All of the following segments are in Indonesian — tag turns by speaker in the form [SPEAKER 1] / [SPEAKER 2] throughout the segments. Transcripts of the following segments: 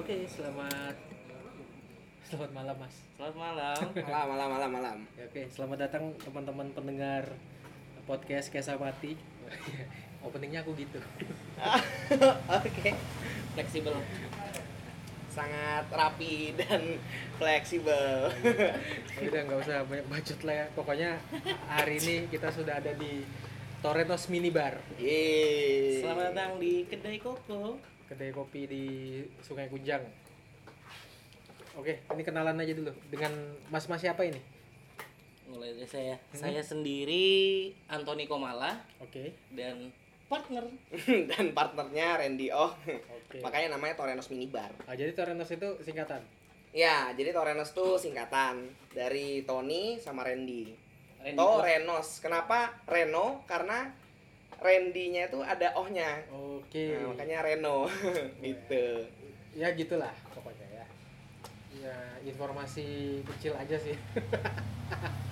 [SPEAKER 1] Oke, selamat selamat malam Mas.
[SPEAKER 2] Selamat malam.
[SPEAKER 3] malam malam malam malam
[SPEAKER 1] Ya, Oke, selamat datang teman-teman pendengar podcast Kesamati. Openingnya aku gitu.
[SPEAKER 3] oke
[SPEAKER 2] Fleksibel.
[SPEAKER 3] sangat rapi dan fleksibel
[SPEAKER 1] Ya Udah nggak usah banyak bacot lah ya. Pokoknya hari ini kita sudah ada di Torrentos Minibar,
[SPEAKER 3] Yeay.
[SPEAKER 2] Selamat datang di kedai koko.
[SPEAKER 1] kedai kopi di Sungai Kunjang. Oke, ini kenalan aja dulu dengan mas-mas siapa ini?
[SPEAKER 2] Mulai dari saya.
[SPEAKER 3] Hmm?
[SPEAKER 2] Saya sendiri Antoni Komala
[SPEAKER 1] Oke,
[SPEAKER 2] dan partner.
[SPEAKER 3] dan partnernya Randy Oh
[SPEAKER 1] oke.
[SPEAKER 3] makanya namanya Torrenos Minibar
[SPEAKER 1] Ah, jadi Torrentos itu singkatan.
[SPEAKER 3] ya jadi Torrenos tuh singkatan dari Tony sama Randy
[SPEAKER 2] Randy
[SPEAKER 3] Oh,
[SPEAKER 2] Ko-
[SPEAKER 3] Torrenos kenapa Reno karena Randy-nya itu ada ohnya
[SPEAKER 1] Oke.
[SPEAKER 3] Nah, makanya Reno gitu
[SPEAKER 1] ya gitulah pokoknya ya ya informasi kecil aja sih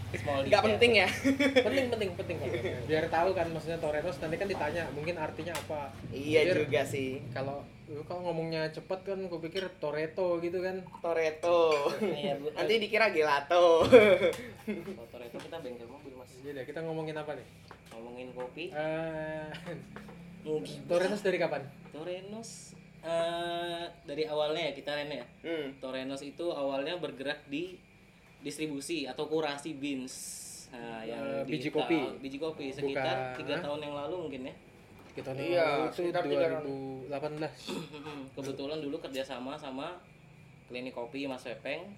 [SPEAKER 2] small
[SPEAKER 3] nggak
[SPEAKER 2] detail.
[SPEAKER 3] penting ya
[SPEAKER 1] penting penting penting kok. biar tahu kan maksudnya Torenos nanti kan ditanya mungkin artinya apa
[SPEAKER 3] iya
[SPEAKER 1] Biar-
[SPEAKER 3] juga sih
[SPEAKER 1] kalau lu kalau ngomongnya cepet kan gue pikir Toreto gitu kan
[SPEAKER 3] Toreto
[SPEAKER 2] Iya, Bu.
[SPEAKER 3] nanti dikira gelato
[SPEAKER 2] motor itu kita bengkel mobil Mas.
[SPEAKER 1] jadi Iya deh, kita ngomongin apa nih
[SPEAKER 2] Ngomongin kopi.
[SPEAKER 1] Eh,
[SPEAKER 2] Ngibah.
[SPEAKER 1] Torenos dari kapan
[SPEAKER 2] Torenos eh, dari awalnya ya kita Ren ya.
[SPEAKER 3] hmm.
[SPEAKER 2] Torenos itu awalnya bergerak di distribusi atau kurasi beans. Nah,
[SPEAKER 1] Eh,
[SPEAKER 2] yang di
[SPEAKER 1] biji
[SPEAKER 2] ta-
[SPEAKER 1] kopi.
[SPEAKER 2] biji kopi sekitar
[SPEAKER 1] Bukan.
[SPEAKER 2] tiga tahun yang lalu mungkin ya.
[SPEAKER 1] kita nih
[SPEAKER 3] Iya,
[SPEAKER 1] itu
[SPEAKER 3] sekitar tiga
[SPEAKER 1] 2018
[SPEAKER 2] Kebetulan dulu kerjasama sama klinik kopi Mas Pepeng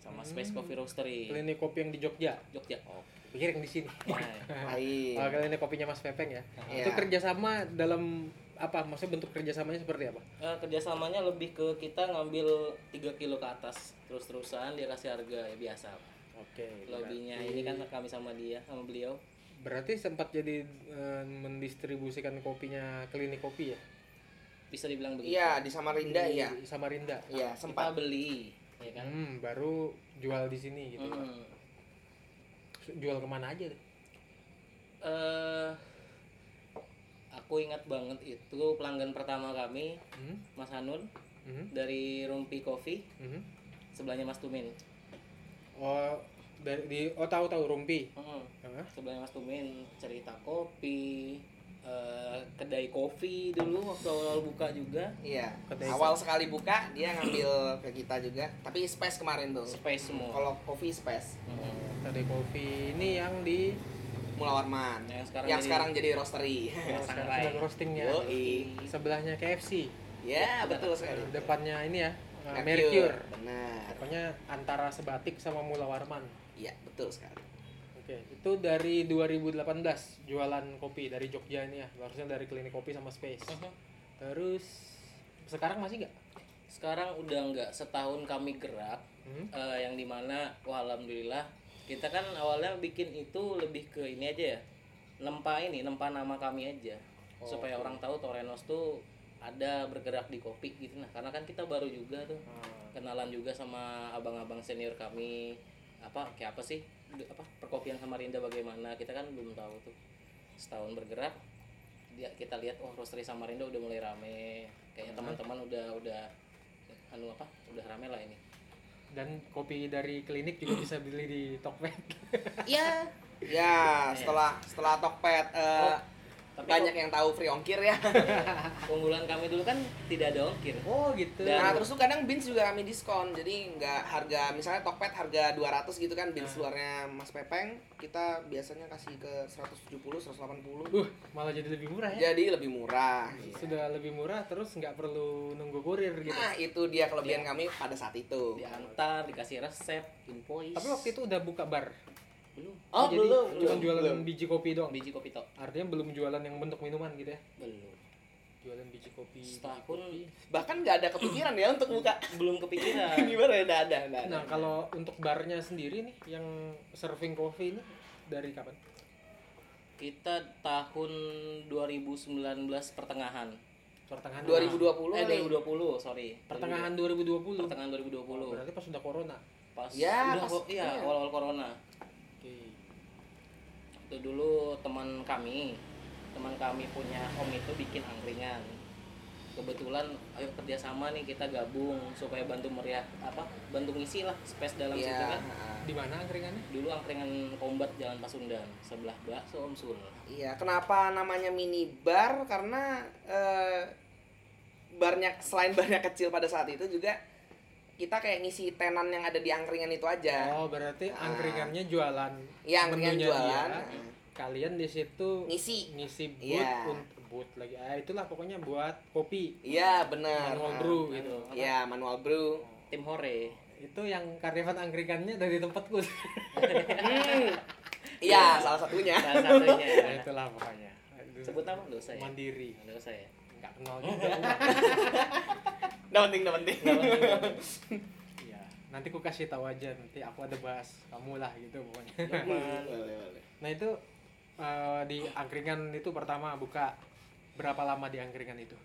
[SPEAKER 2] sama Space Coffee Roastery
[SPEAKER 1] Hmm. klinik Oh. kopi yang di Jogja
[SPEAKER 2] Jogja.
[SPEAKER 1] pikir yang di sini
[SPEAKER 2] Nah,
[SPEAKER 3] Hai.
[SPEAKER 1] Ah, klinik kopinya Mas Pepeng ya
[SPEAKER 3] Iya.
[SPEAKER 1] itu kerjasama dalam apa maksudnya bentuk kerjasamanya seperti apa
[SPEAKER 2] eh, kerjasamanya lebih ke kita ngambil 3 kilo ke atas terus terusan dia kasih harga ya biasa. lah.
[SPEAKER 1] oke
[SPEAKER 2] Lobbynya ini
[SPEAKER 1] Iya.
[SPEAKER 2] kan kami sama dia sama beliau.
[SPEAKER 1] Berarti sempat jadi eh, mendistribusikan kopinya klinik kopi ya?
[SPEAKER 2] Bisa dibilang begitu.
[SPEAKER 3] Iya di Samarinda
[SPEAKER 1] Di
[SPEAKER 3] ya.
[SPEAKER 1] Samarinda.
[SPEAKER 3] Iya
[SPEAKER 2] Kita
[SPEAKER 3] sempat.
[SPEAKER 2] beli ya kan.
[SPEAKER 1] Hmm, baru jual di sini gitu.
[SPEAKER 2] Hmm.
[SPEAKER 1] Jual kemana aja? tuh?
[SPEAKER 2] Eh, aku ingat banget itu pelanggan pertama kami
[SPEAKER 1] Hmm,
[SPEAKER 2] Mas Hanun
[SPEAKER 1] hmm,
[SPEAKER 2] dari Rumpi Coffee
[SPEAKER 1] hmm.
[SPEAKER 2] sebelahnya Mas Tumin.
[SPEAKER 1] Oh, dari di oh tahu tahu Rumpi.
[SPEAKER 2] Hmm.
[SPEAKER 1] Hah?
[SPEAKER 2] sebelahnya Mas Tumin cerita kopi eh, kedai kopi dulu waktu awal buka juga
[SPEAKER 3] Iya.
[SPEAKER 1] Kedai
[SPEAKER 3] Awal sekali buka dia ngambil ke kita juga. Tapi space kemarin tuh.
[SPEAKER 2] space semua
[SPEAKER 3] Kalau kopi space.
[SPEAKER 1] Tadi kopi ini yang di
[SPEAKER 3] Mula Warman.
[SPEAKER 2] Yang sekarang
[SPEAKER 3] Yang
[SPEAKER 2] jadi- Iya,
[SPEAKER 3] sekarang jadi roastery.
[SPEAKER 2] Yang
[SPEAKER 1] sekarang
[SPEAKER 2] Sangrai.
[SPEAKER 1] sedang roastingnya.
[SPEAKER 3] Yoi.
[SPEAKER 1] Sebelahnya KFC,
[SPEAKER 3] Ya betul sekali.
[SPEAKER 1] depannya ini ya, eh,
[SPEAKER 3] Mercure.
[SPEAKER 1] Mercure.
[SPEAKER 3] Benar.
[SPEAKER 1] Pokoknya antara Sebatik sama Mula Warman.
[SPEAKER 3] Iya betul sekali.
[SPEAKER 1] Oke, itu dari 2018 jualan kopi dari Jogja ini ya, harusnya dari klinik kopi sama Space.
[SPEAKER 3] Oh.
[SPEAKER 1] Terus sekarang masih nggak?
[SPEAKER 2] sekarang udah nggak setahun kami gerak
[SPEAKER 1] Hmm?
[SPEAKER 2] eh, yang dimana wah alhamdulillah kita kan awalnya bikin itu lebih ke ini aja ya nempa ini nempa nama kami aja supaya orang tahu Torenos tuh ada bergerak di kopi gitu nah karena kan kita baru juga tuh kenalan juga sama abang-abang senior kami apa kayak apa sih D- apa perkopian Samarinda bagaimana kita kan belum tahu tuh setahun bergerak dia kita lihat oh roastery Samarinda udah mulai rame kayaknya teman-teman udah udah anu apa udah rame lah ini
[SPEAKER 1] Dan kopi dari klinik juga bisa beli di Tokped.
[SPEAKER 3] Iya. Ya setelah setelah Tokped eh,
[SPEAKER 2] Oh, tapi
[SPEAKER 3] banyak yang tahu free ongkir ya.
[SPEAKER 2] keunggulan kami dulu kan tidak ada ongkir
[SPEAKER 1] Oh gitu.
[SPEAKER 2] Dan-
[SPEAKER 3] Nah terus tuh kadang bins juga kami diskon Jadi nggak harga misalnya Tokped harga 200 gitu kan
[SPEAKER 2] Nah.
[SPEAKER 3] Bins luarnya Mas Pepeng Kita biasanya kasih ke 170, 180
[SPEAKER 1] uh, malah jadi lebih murah ya.
[SPEAKER 3] Jadi lebih murah
[SPEAKER 2] Iya.
[SPEAKER 1] Sudah lebih murah terus nggak perlu nunggu kurir gitu.
[SPEAKER 3] Nah itu dia kelebihan
[SPEAKER 2] Iya.
[SPEAKER 3] kami pada saat itu
[SPEAKER 2] diantar dikasih resep invoice
[SPEAKER 1] Tapi waktu itu udah buka bar.
[SPEAKER 2] belum
[SPEAKER 3] Oh,
[SPEAKER 1] jadi
[SPEAKER 3] belum,
[SPEAKER 1] cuma
[SPEAKER 3] belum,
[SPEAKER 1] jualan
[SPEAKER 3] belum.
[SPEAKER 1] biji kopi doang.
[SPEAKER 2] biji kopi tok
[SPEAKER 1] Artinya belum jualan yang bentuk minuman gitu ya.
[SPEAKER 2] belum
[SPEAKER 1] jualan biji kopi biji
[SPEAKER 2] Setahun.
[SPEAKER 1] kopi.
[SPEAKER 3] Bahkan nggak ada kepikiran ya untuk buka.
[SPEAKER 2] belum kepikiran
[SPEAKER 3] Gimana ya? Nggak ada, nggak ada.
[SPEAKER 1] nah kalau untuk barnya sendiri nih yang serving coffee ini dari kapan
[SPEAKER 2] kita tahun 2019 pertengahan
[SPEAKER 3] Nah,
[SPEAKER 1] pertengahan
[SPEAKER 2] eh
[SPEAKER 3] 2020 kali.
[SPEAKER 2] 2020 sorry
[SPEAKER 1] pertengahan 2020
[SPEAKER 2] pertengahan 2020
[SPEAKER 1] berarti pas sudah corona
[SPEAKER 2] pas
[SPEAKER 3] Ya,
[SPEAKER 2] udah
[SPEAKER 3] pas-
[SPEAKER 2] kok- iya
[SPEAKER 3] iya.
[SPEAKER 2] awal-awal corona
[SPEAKER 1] oke
[SPEAKER 2] itu dulu teman kami teman kami punya om itu bikin angkringan kebetulan ayo kerjasama nih kita gabung supaya bantu meriah apa bantu ngisi lah space dalam
[SPEAKER 3] Iya.
[SPEAKER 2] situ kan
[SPEAKER 3] heeh.
[SPEAKER 1] di mana angkringannya
[SPEAKER 2] dulu angkringan kombat jalan Pasundan sebelah bakso om sul
[SPEAKER 3] Iya, kenapa namanya minibar? Karena eh, barnya selain barnya kecil pada saat itu juga kita kayak ngisi tenan yang ada di angkringan itu aja.
[SPEAKER 1] oh berarti
[SPEAKER 3] Ah.
[SPEAKER 1] angkringannya jualan
[SPEAKER 3] Iya, angkringan
[SPEAKER 1] Menunya
[SPEAKER 3] jualan.
[SPEAKER 1] dia.
[SPEAKER 3] heeh.
[SPEAKER 1] kalian di situ
[SPEAKER 3] Ngisi.
[SPEAKER 1] ngisi boot
[SPEAKER 3] Iya.
[SPEAKER 1] un- boot lagi ah itulah pokoknya buat kopi
[SPEAKER 3] Iya, benar.
[SPEAKER 1] manual
[SPEAKER 3] Heeh.
[SPEAKER 1] brew gitu
[SPEAKER 2] Apa?
[SPEAKER 3] Iya, manual brew.
[SPEAKER 2] tim hore
[SPEAKER 1] itu yang karyawan angkringannya dari tempatku Nah,
[SPEAKER 3] Hmm. Iya, salah satunya.
[SPEAKER 2] salah satunya
[SPEAKER 1] nah, itulah pokoknya
[SPEAKER 2] sebut nama dosa ya
[SPEAKER 1] mandiri
[SPEAKER 2] dosa ya
[SPEAKER 1] nggak kenal juga
[SPEAKER 3] Nggak penting, nggak penting.
[SPEAKER 1] Iya, nanti ku kasih tahu aja nanti aku ada bahas kamu lah gitu pokoknya.
[SPEAKER 3] Boleh, boleh.
[SPEAKER 1] Nah itu eh, di angkringan itu pertama buka berapa lama di angkringan itu?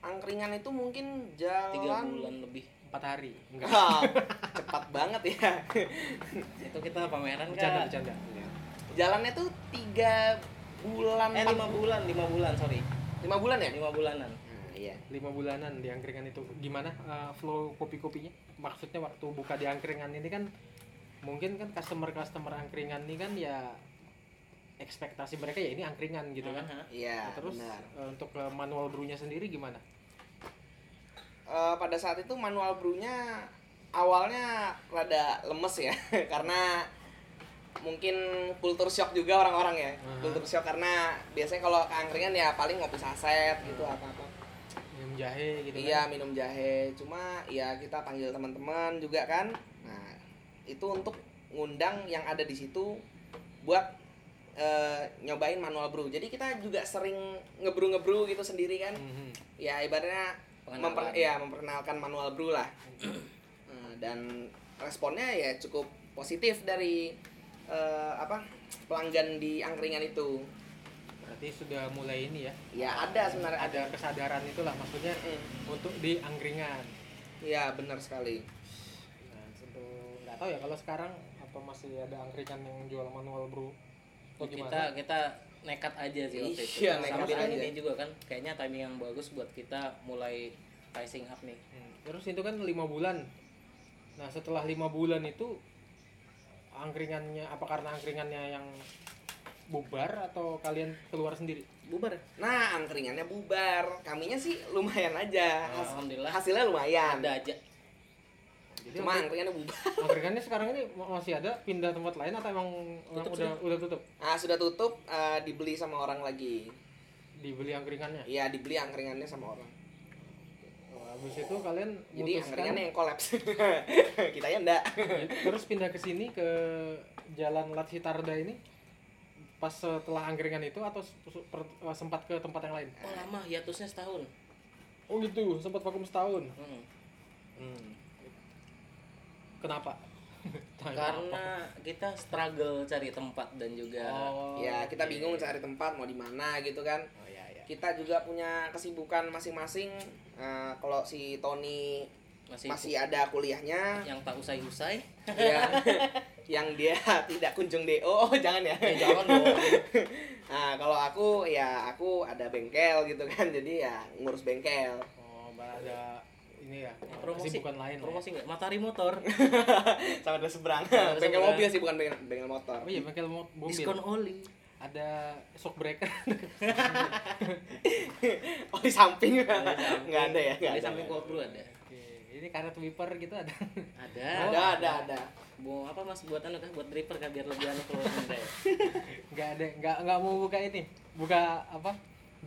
[SPEAKER 3] Angkringan itu mungkin
[SPEAKER 2] tiga
[SPEAKER 3] jalan
[SPEAKER 2] bulan lebih
[SPEAKER 1] Empat hari? Enggak.
[SPEAKER 3] Wah, cepat banget ya.
[SPEAKER 2] itu kita pameran
[SPEAKER 1] Bercanda
[SPEAKER 2] kan
[SPEAKER 1] bercanda.
[SPEAKER 3] Jalannya tuh tiga bulan,
[SPEAKER 2] eh lima bulan lima bulan sorry
[SPEAKER 3] lima bulan ya?
[SPEAKER 2] lima bulanan
[SPEAKER 3] Nah, iya.
[SPEAKER 1] Lima bulanan di angkringan itu gimana eh, flow kopi kopinya? Maksudnya waktu buka di angkringan ini kan mungkin kan customer customer angkringan ini kan ya ekspektasi mereka ya ini angkringan gitu kan.
[SPEAKER 2] Aha.
[SPEAKER 1] Nah,
[SPEAKER 3] Iya,
[SPEAKER 1] terus
[SPEAKER 3] benar.
[SPEAKER 1] eh, untuk eh, manual brewnya sendiri gimana?
[SPEAKER 3] Eh, pada saat itu manual brewnya awalnya rada lemes ya, karena mungkin kultur shock juga orang-orang ya,
[SPEAKER 1] Hmm.
[SPEAKER 3] kultur shock karena biasanya kalau ke angkringan ya paling ngopi saset gitu apa-apa.
[SPEAKER 1] Minum jahe gitu kan?
[SPEAKER 3] Iya minum jahe, cuma ya kita panggil teman-teman juga kan. Nah itu untuk ngundang yang ada di situ buat eh, nyobain manual brew. Jadi kita juga sering ngebrew ngebrew gitu sendiri kan.
[SPEAKER 1] Mhm.
[SPEAKER 3] Ya ibaratnya memper
[SPEAKER 2] Pengenalan.
[SPEAKER 3] ya memperkenalkan manual brew lah. Eh, Dan responnya ya cukup positif dari eh, apa pelanggan di angkringan itu.
[SPEAKER 1] Berarti sudah mulai ini ya.
[SPEAKER 3] Ya ada sebenarnya ada.
[SPEAKER 1] Ada kesadaran itulah maksudnya
[SPEAKER 3] Mm.
[SPEAKER 1] untuk di angkringan.
[SPEAKER 3] Ya benar sekali.
[SPEAKER 1] Nah, untuk nggak tahu ya kalau sekarang apa masih ada angkringan yang jual manual brew atau
[SPEAKER 2] kita
[SPEAKER 1] gimana?
[SPEAKER 2] kita nekat aja sih waktu itu
[SPEAKER 3] Iya,
[SPEAKER 2] sama
[SPEAKER 3] nekat
[SPEAKER 2] dengan
[SPEAKER 3] aja.
[SPEAKER 2] ini juga kan kayaknya timing yang bagus buat kita mulai rising up nih
[SPEAKER 1] Hmm, Terus itu kan lima bulan. Nah setelah lima bulan itu angkringannya apa karena angkringannya yang bubar atau kalian keluar sendiri?
[SPEAKER 2] bubar
[SPEAKER 3] Nah, angkringannya bubar. Kaminya sih lumayan aja. Has-
[SPEAKER 2] Nah, alhamdulillah
[SPEAKER 3] hasilnya lumayan.
[SPEAKER 2] ada aja
[SPEAKER 1] Jadi
[SPEAKER 3] Cuma
[SPEAKER 1] angkring-
[SPEAKER 3] angkringannya bubar.
[SPEAKER 1] angkringannya sekarang ini ma- masih ada pindah tempat lain atau emang emang
[SPEAKER 2] Tutup
[SPEAKER 1] udah udah tutup?
[SPEAKER 3] Ah, sudah tutup eh, dibeli sama orang lagi.
[SPEAKER 1] Dibeli angkringannya.
[SPEAKER 3] Iya, dibeli angkringannya sama orang.
[SPEAKER 1] Oh, habis itu kalian
[SPEAKER 3] Jadi
[SPEAKER 1] memutuskan
[SPEAKER 3] angkringannya yang kolaps. Kita ya enggak.
[SPEAKER 1] Terus pindah ke sini ke Jalan Lat Hitarda ini pas setelah angkringan itu atau se- se- per- eh, sempat ke tempat yang lain?
[SPEAKER 2] oh lama hiatusnya setahun
[SPEAKER 1] Oh gitu, sempat vakum setahun.
[SPEAKER 2] Mm.
[SPEAKER 1] Kenapa? Tanya apa?
[SPEAKER 2] karena kita struggle cari tempat dan juga
[SPEAKER 1] oh,
[SPEAKER 3] Ya, kita
[SPEAKER 1] oke.
[SPEAKER 3] bingung cari tempat mau di mana gitu kan.
[SPEAKER 1] Oh ya ya.
[SPEAKER 3] Kita juga punya kesibukan masing-masing. Eh, kalau si Tony
[SPEAKER 2] masih,
[SPEAKER 3] masih ada kuliahnya,
[SPEAKER 2] yang tak usai-usai
[SPEAKER 3] ya, yang dia tidak kunjung DO, oh, jangan ya.
[SPEAKER 2] ya jangan dong
[SPEAKER 3] Nah, kalau aku ya aku ada bengkel gitu kan. Jadi ya ngurus bengkel.
[SPEAKER 1] Oh, ba- ada ini ya.
[SPEAKER 2] promosi.
[SPEAKER 1] Kesibukan lain. lah ya.
[SPEAKER 2] promosi nggak matahari motor
[SPEAKER 3] Sama ada seberang.
[SPEAKER 2] Sama ada
[SPEAKER 3] bengkel
[SPEAKER 2] seberang.
[SPEAKER 3] mobil sih bukan bengkel, bengkel motor.
[SPEAKER 1] Oh iya, bengkel mo- mobil.
[SPEAKER 2] diskon oli
[SPEAKER 1] Ada shock breaker.
[SPEAKER 3] Oh, di samping.
[SPEAKER 2] Oli samping.
[SPEAKER 3] Enggak ada ya, enggak
[SPEAKER 2] Oli
[SPEAKER 3] ada.
[SPEAKER 2] samping kopru ada
[SPEAKER 1] Oke, ini karet wiper gitu ada.
[SPEAKER 2] ada
[SPEAKER 3] Ada, ada, ada.
[SPEAKER 2] Bu, apa mas buat anu kah buat dripper kah biar lebih anu keluar benda ya?
[SPEAKER 1] Nggak ada, nggak nggak mau buka ini. Buka apa?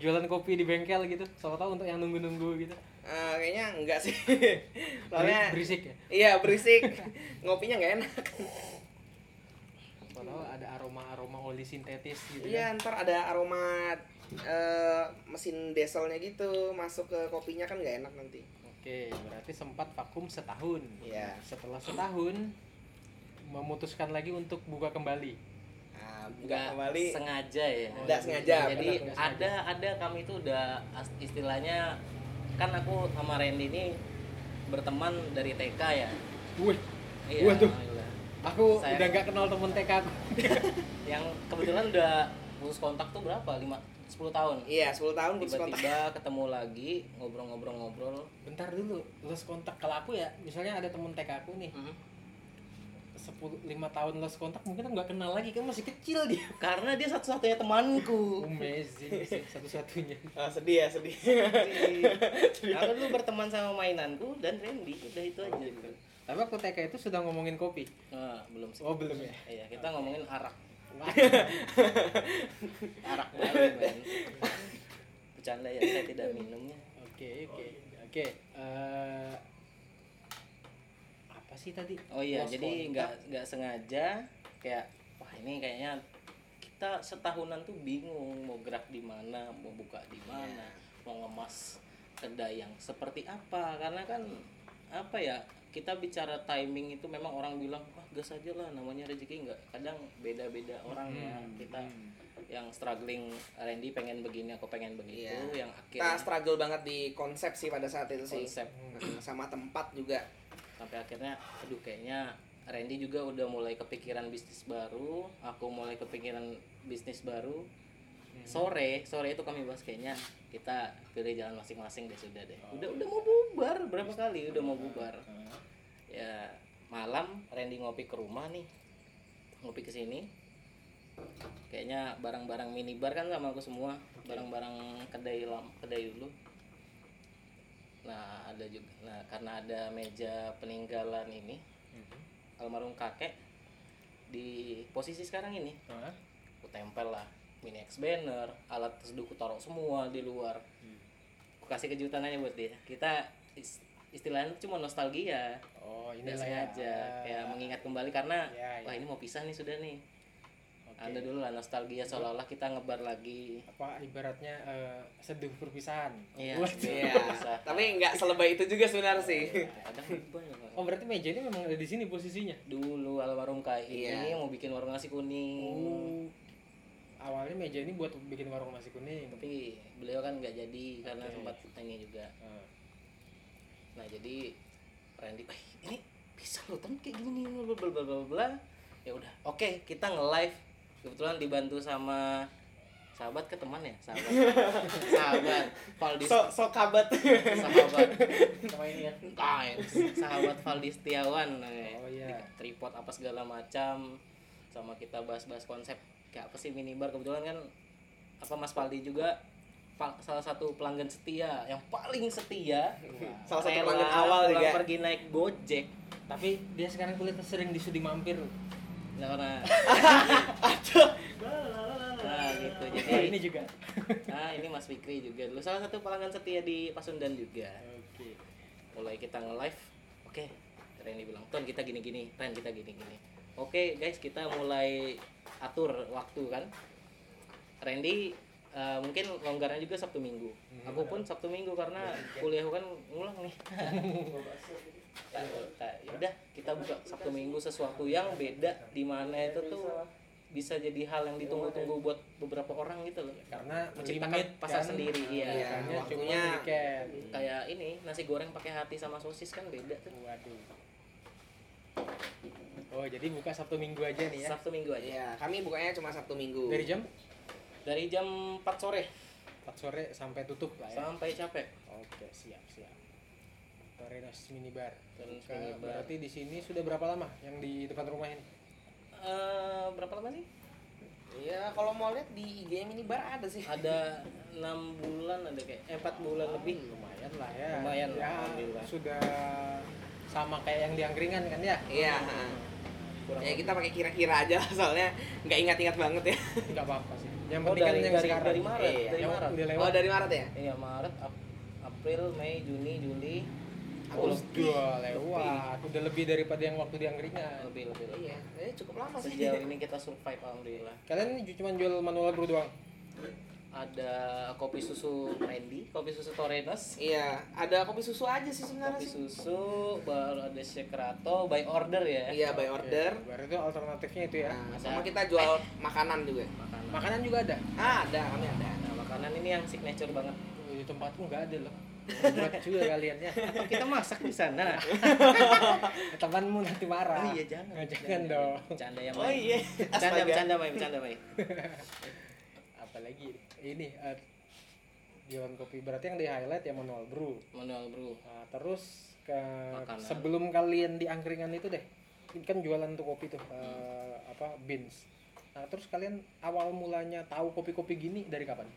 [SPEAKER 1] Jualan kopi di bengkel gitu. Siapa tahu untuk yang nunggu-nunggu gitu.
[SPEAKER 3] Eh, kayaknya enggak sih.
[SPEAKER 1] Beri-
[SPEAKER 3] Soalnya
[SPEAKER 1] berisik ya.
[SPEAKER 3] iya berisik. Ngopinya enggak enak.
[SPEAKER 1] Siapa tahu ada aroma-aroma oli sintetis gitu.
[SPEAKER 3] Iya, ntar ada Iya, aroma eh, mesin dieselnya gitu masuk ke kopinya kan nggak enak nanti.
[SPEAKER 1] Oke, berarti sempat vakum setahun.
[SPEAKER 3] Iya.
[SPEAKER 1] Setelah setahun memutuskan lagi untuk buka kembali.
[SPEAKER 2] Ah,
[SPEAKER 3] Nah, buka
[SPEAKER 2] nggak
[SPEAKER 3] kembali.
[SPEAKER 2] sengaja ya
[SPEAKER 3] Nggak sengaja,
[SPEAKER 2] jadi
[SPEAKER 1] benar, nggak
[SPEAKER 2] ada ada kami itu udah as- istilahnya kan aku sama Randy ini berteman dari TK ya
[SPEAKER 1] Wih,
[SPEAKER 2] iya
[SPEAKER 1] Waduh.
[SPEAKER 2] alhamdulillah.
[SPEAKER 1] aku
[SPEAKER 2] Saya-
[SPEAKER 1] udah nggak kenal temen TK aku.
[SPEAKER 2] yang kebetulan udah putus kontak tuh berapa lima sepuluh tahun
[SPEAKER 3] Iya, 10 tahun putus kontak.
[SPEAKER 2] tiba-tiba ketemu lagi ngobrol-ngobrol-ngobrol
[SPEAKER 1] Bentar dulu, lost kontak kalau aku ya, misalnya ada temen TK aku nih,
[SPEAKER 3] Mm-hmm.
[SPEAKER 1] 10 lima tahun lost kontak mungkin aku nggak kenal lagi kan masih kecil dia.
[SPEAKER 2] karena dia satu-satunya temanku
[SPEAKER 1] Amazing sih, satu-satunya.
[SPEAKER 3] Ah, sedih ya, sedih.
[SPEAKER 2] aku dulu berteman sama mainanku dan Randy udah itu
[SPEAKER 3] Oh,
[SPEAKER 2] aja gitu
[SPEAKER 1] Tapi waktu TK itu sudah ngomongin kopi.
[SPEAKER 2] Nah, belum sih
[SPEAKER 1] Oh, belum ya.
[SPEAKER 2] iya kita ngomongin arak
[SPEAKER 1] Wah,
[SPEAKER 2] arak Bali men bercanda ya saya tidak minumnya
[SPEAKER 1] Oke, oke. Oke. eh, apa sih tadi?
[SPEAKER 2] oh iya
[SPEAKER 1] Lost
[SPEAKER 2] jadi
[SPEAKER 1] kontak.
[SPEAKER 2] nggak nggak sengaja kayak wah ini kayaknya kita setahunan tuh bingung mau gerak di mana mau buka di mana mau ngemas kedai yang seperti apa karena kan apa ya kita bicara timing itu memang orang bilang wah gas aja lah namanya rezeki nggak kadang beda-beda orang ya kita yang struggling Randy pengen begini aku pengen begitu
[SPEAKER 3] Iya.
[SPEAKER 2] yang
[SPEAKER 3] Kita
[SPEAKER 2] akhirnya
[SPEAKER 3] struggle banget di konsep sih pada saat itu sih.
[SPEAKER 2] konsep
[SPEAKER 3] Nah, sama tempat juga.
[SPEAKER 2] sampai akhirnya aduh kayaknya Randy juga udah mulai kepikiran bisnis baru aku mulai kepikiran bisnis baru
[SPEAKER 1] Mhm.
[SPEAKER 2] sore sore itu kami bahas kayaknya kita pilih jalan masing-masing deh sudah deh udah udah mau bubar berapa kali udah mau bubar ya malam Randy ngopi ke rumah nih ngopi ke sini kayaknya barang-barang minibar kan sama aku semua barang-barang kedai lam kedai dulu nah ada juga nah karena ada meja peninggalan ini almarhum kakek di posisi sekarang ini
[SPEAKER 1] Hah?
[SPEAKER 2] aku tempel lah mini X banner alat seduh ku taruh semua di luar aku kasih kejutan aja buat dia kita is- istilahnya cuma nostalgia
[SPEAKER 1] Oh, ini lah
[SPEAKER 2] nggak
[SPEAKER 1] ya.
[SPEAKER 2] sengaja kayak mengingat kembali karena
[SPEAKER 1] Ya, ya.
[SPEAKER 2] wah ini mau pisah nih sudah nih
[SPEAKER 1] Oke.
[SPEAKER 2] ada dulu lah nostalgia seolah-olah kita ngebar lagi
[SPEAKER 1] apa ibaratnya eh, seduh perpisahan.
[SPEAKER 2] Iya,
[SPEAKER 1] Wah,
[SPEAKER 2] seduh.
[SPEAKER 3] Iya.
[SPEAKER 2] Bisa.
[SPEAKER 3] Tapi nggak selebay itu juga sebenarnya sih.
[SPEAKER 2] kadang ngebar lah.
[SPEAKER 1] Oh, berarti meja ini memang ada di sini posisinya.
[SPEAKER 2] dulu almarhum kayak ini
[SPEAKER 3] Iya.
[SPEAKER 2] mau bikin warung nasi kuning
[SPEAKER 1] Oh. Awalnya meja ini buat bikin warung nasi kuning.
[SPEAKER 2] tapi beliau kan nggak jadi karena
[SPEAKER 1] Oke.
[SPEAKER 2] sempat ini juga
[SPEAKER 1] Nah,
[SPEAKER 2] nah jadi Randy "Eh, ini bisa loh kan kayak gini bla bla bla bla bla." ya udah oke kita nge live kebetulan dibantu sama sahabat ke teman ya sahabat sahabat Valdi
[SPEAKER 3] So so kabat.
[SPEAKER 2] sahabat
[SPEAKER 1] Sama ini ya.
[SPEAKER 2] kain sahabat Valdi Setiawan eh.
[SPEAKER 1] Oh, iya.
[SPEAKER 2] Di- tripod apa segala macam sama kita bahas-bahas konsep kayak apa sih minibar kebetulan kan apa Mas Valdi juga pa- salah satu pelanggan setia yang paling setia
[SPEAKER 3] Salah satu
[SPEAKER 2] Rela
[SPEAKER 3] pelanggan awal
[SPEAKER 2] pulang
[SPEAKER 3] juga.
[SPEAKER 2] pergi naik gojek
[SPEAKER 1] Tapi dia sekarang kulit sering disudi mampir.
[SPEAKER 2] nah, nah. nah gitu
[SPEAKER 1] Nah,
[SPEAKER 2] jadi
[SPEAKER 1] ini juga.
[SPEAKER 2] nah ini Mas Fikri juga dulu salah satu pelanggan setia di Pasundan juga
[SPEAKER 1] Oke.
[SPEAKER 2] mulai kita nge live oke Randy bilang ton kita gini gini Ren kita gini gini oke guys kita mulai atur waktu kan Randy eh, mungkin longgarnya juga Sabtu Minggu aku pun Sabtu Minggu karena kuliahku kan ngulang nih Tak- tak- yaudah kita buka Sabtu Minggu sesuatu yang beda di mana itu tuh bisa jadi hal yang ditunggu-tunggu buat beberapa orang gitu loh
[SPEAKER 1] Karena
[SPEAKER 2] Menciptakan
[SPEAKER 1] limit
[SPEAKER 2] pasar
[SPEAKER 1] kan.
[SPEAKER 2] sendiri, iya.
[SPEAKER 1] Nah, Makanya
[SPEAKER 3] Iya,
[SPEAKER 1] cuma
[SPEAKER 3] waktunya.
[SPEAKER 1] sedikit.
[SPEAKER 2] kayak ini nasi goreng pakai hati sama sosis kan beda tuh
[SPEAKER 1] Waduh. Oh, jadi buka Sabtu Minggu aja nih ya.
[SPEAKER 2] Sabtu Minggu aja
[SPEAKER 3] Iya, kami bukanya cuma Sabtu Minggu.
[SPEAKER 1] Dari jam
[SPEAKER 2] dari jam 4 sore
[SPEAKER 1] 4 sore sampai tutup lah ya.
[SPEAKER 2] sampai capek
[SPEAKER 1] Oke, siap, siap. Torinos Minibar.
[SPEAKER 2] Torinos
[SPEAKER 1] Ke-
[SPEAKER 2] Minibar.
[SPEAKER 1] Berarti di sini sudah berapa lama yang di depan rumah ini?
[SPEAKER 2] Eh, berapa lama sih
[SPEAKER 3] Iya, kalau mau lihat di IG minibar ada sih.
[SPEAKER 2] ada enam bulan ada kayak eh, empat bulan lebih
[SPEAKER 1] Lumayan lah ya.
[SPEAKER 2] Lumayan lah,
[SPEAKER 1] ya,
[SPEAKER 2] alhamdulillah.
[SPEAKER 1] Sudah sama kayak yang di angkringan kan ya?
[SPEAKER 3] Iya. ha.
[SPEAKER 2] kurang
[SPEAKER 3] Ya kita pakai kira-kira aja lah, soalnya nggak ingat-ingat banget ya.
[SPEAKER 1] Enggak apa-apa sih. Yang
[SPEAKER 2] Oh,
[SPEAKER 1] penting kan
[SPEAKER 2] dari-
[SPEAKER 1] yang
[SPEAKER 2] dari-
[SPEAKER 1] sekarang.
[SPEAKER 2] dari Maret,
[SPEAKER 1] Iya,
[SPEAKER 2] dari
[SPEAKER 1] yang
[SPEAKER 2] Maret.
[SPEAKER 1] udah lewat.
[SPEAKER 3] Oh dari Maret ya?
[SPEAKER 2] iya Maret Ap- April Mei Juni Juli
[SPEAKER 1] Oh,
[SPEAKER 2] Agustus.
[SPEAKER 1] udah lewat. Udah lebih daripada yang waktu di angkringan.
[SPEAKER 2] lebih lebih lebih
[SPEAKER 3] Iya, eh, cukup lama sih.
[SPEAKER 2] sejauh ini kita survive alhamdulillah
[SPEAKER 1] Kalian ini ju- cuma jual manual brew doang.
[SPEAKER 2] ada kopi susu Randy, kopi susu Torenos,
[SPEAKER 3] Iya, ada kopi susu aja sih sebenarnya
[SPEAKER 2] kopi
[SPEAKER 3] sih.
[SPEAKER 2] susu, baru ada Secrato by order ya.
[SPEAKER 3] Iya, by order.
[SPEAKER 1] Oke, baru itu alternatifnya itu ya
[SPEAKER 2] Ada.
[SPEAKER 3] Nah, sama kita jual makanan juga.
[SPEAKER 2] Makanan.
[SPEAKER 1] makanan juga ada
[SPEAKER 3] Ah, ada, kami ada.
[SPEAKER 2] Nah, makanan ini yang signature banget.
[SPEAKER 1] di tempatku nggak ada loh buat juga kalian ya
[SPEAKER 2] Apa Oh, kita masak di sana?
[SPEAKER 1] temanmu nanti marah
[SPEAKER 2] Oh iya, jangan.
[SPEAKER 1] Nggak, jangan dong
[SPEAKER 2] Bercanda ya,
[SPEAKER 3] Oh
[SPEAKER 2] Mai.
[SPEAKER 3] iya.
[SPEAKER 2] Bercanda,
[SPEAKER 3] Astaga.
[SPEAKER 2] bercanda, Mai, bercanda, Mai.
[SPEAKER 1] apalagi ini eh, jualan kopi berarti yang di highlight ya manual brew
[SPEAKER 2] Manual bro.
[SPEAKER 1] Nah, terus ke
[SPEAKER 2] Makanan.
[SPEAKER 1] sebelum kalian di angkringan itu deh ini kan jualan tuh kopi tuh eh, apa beans nah terus kalian awal mulanya tahu kopi-kopi gini dari kapan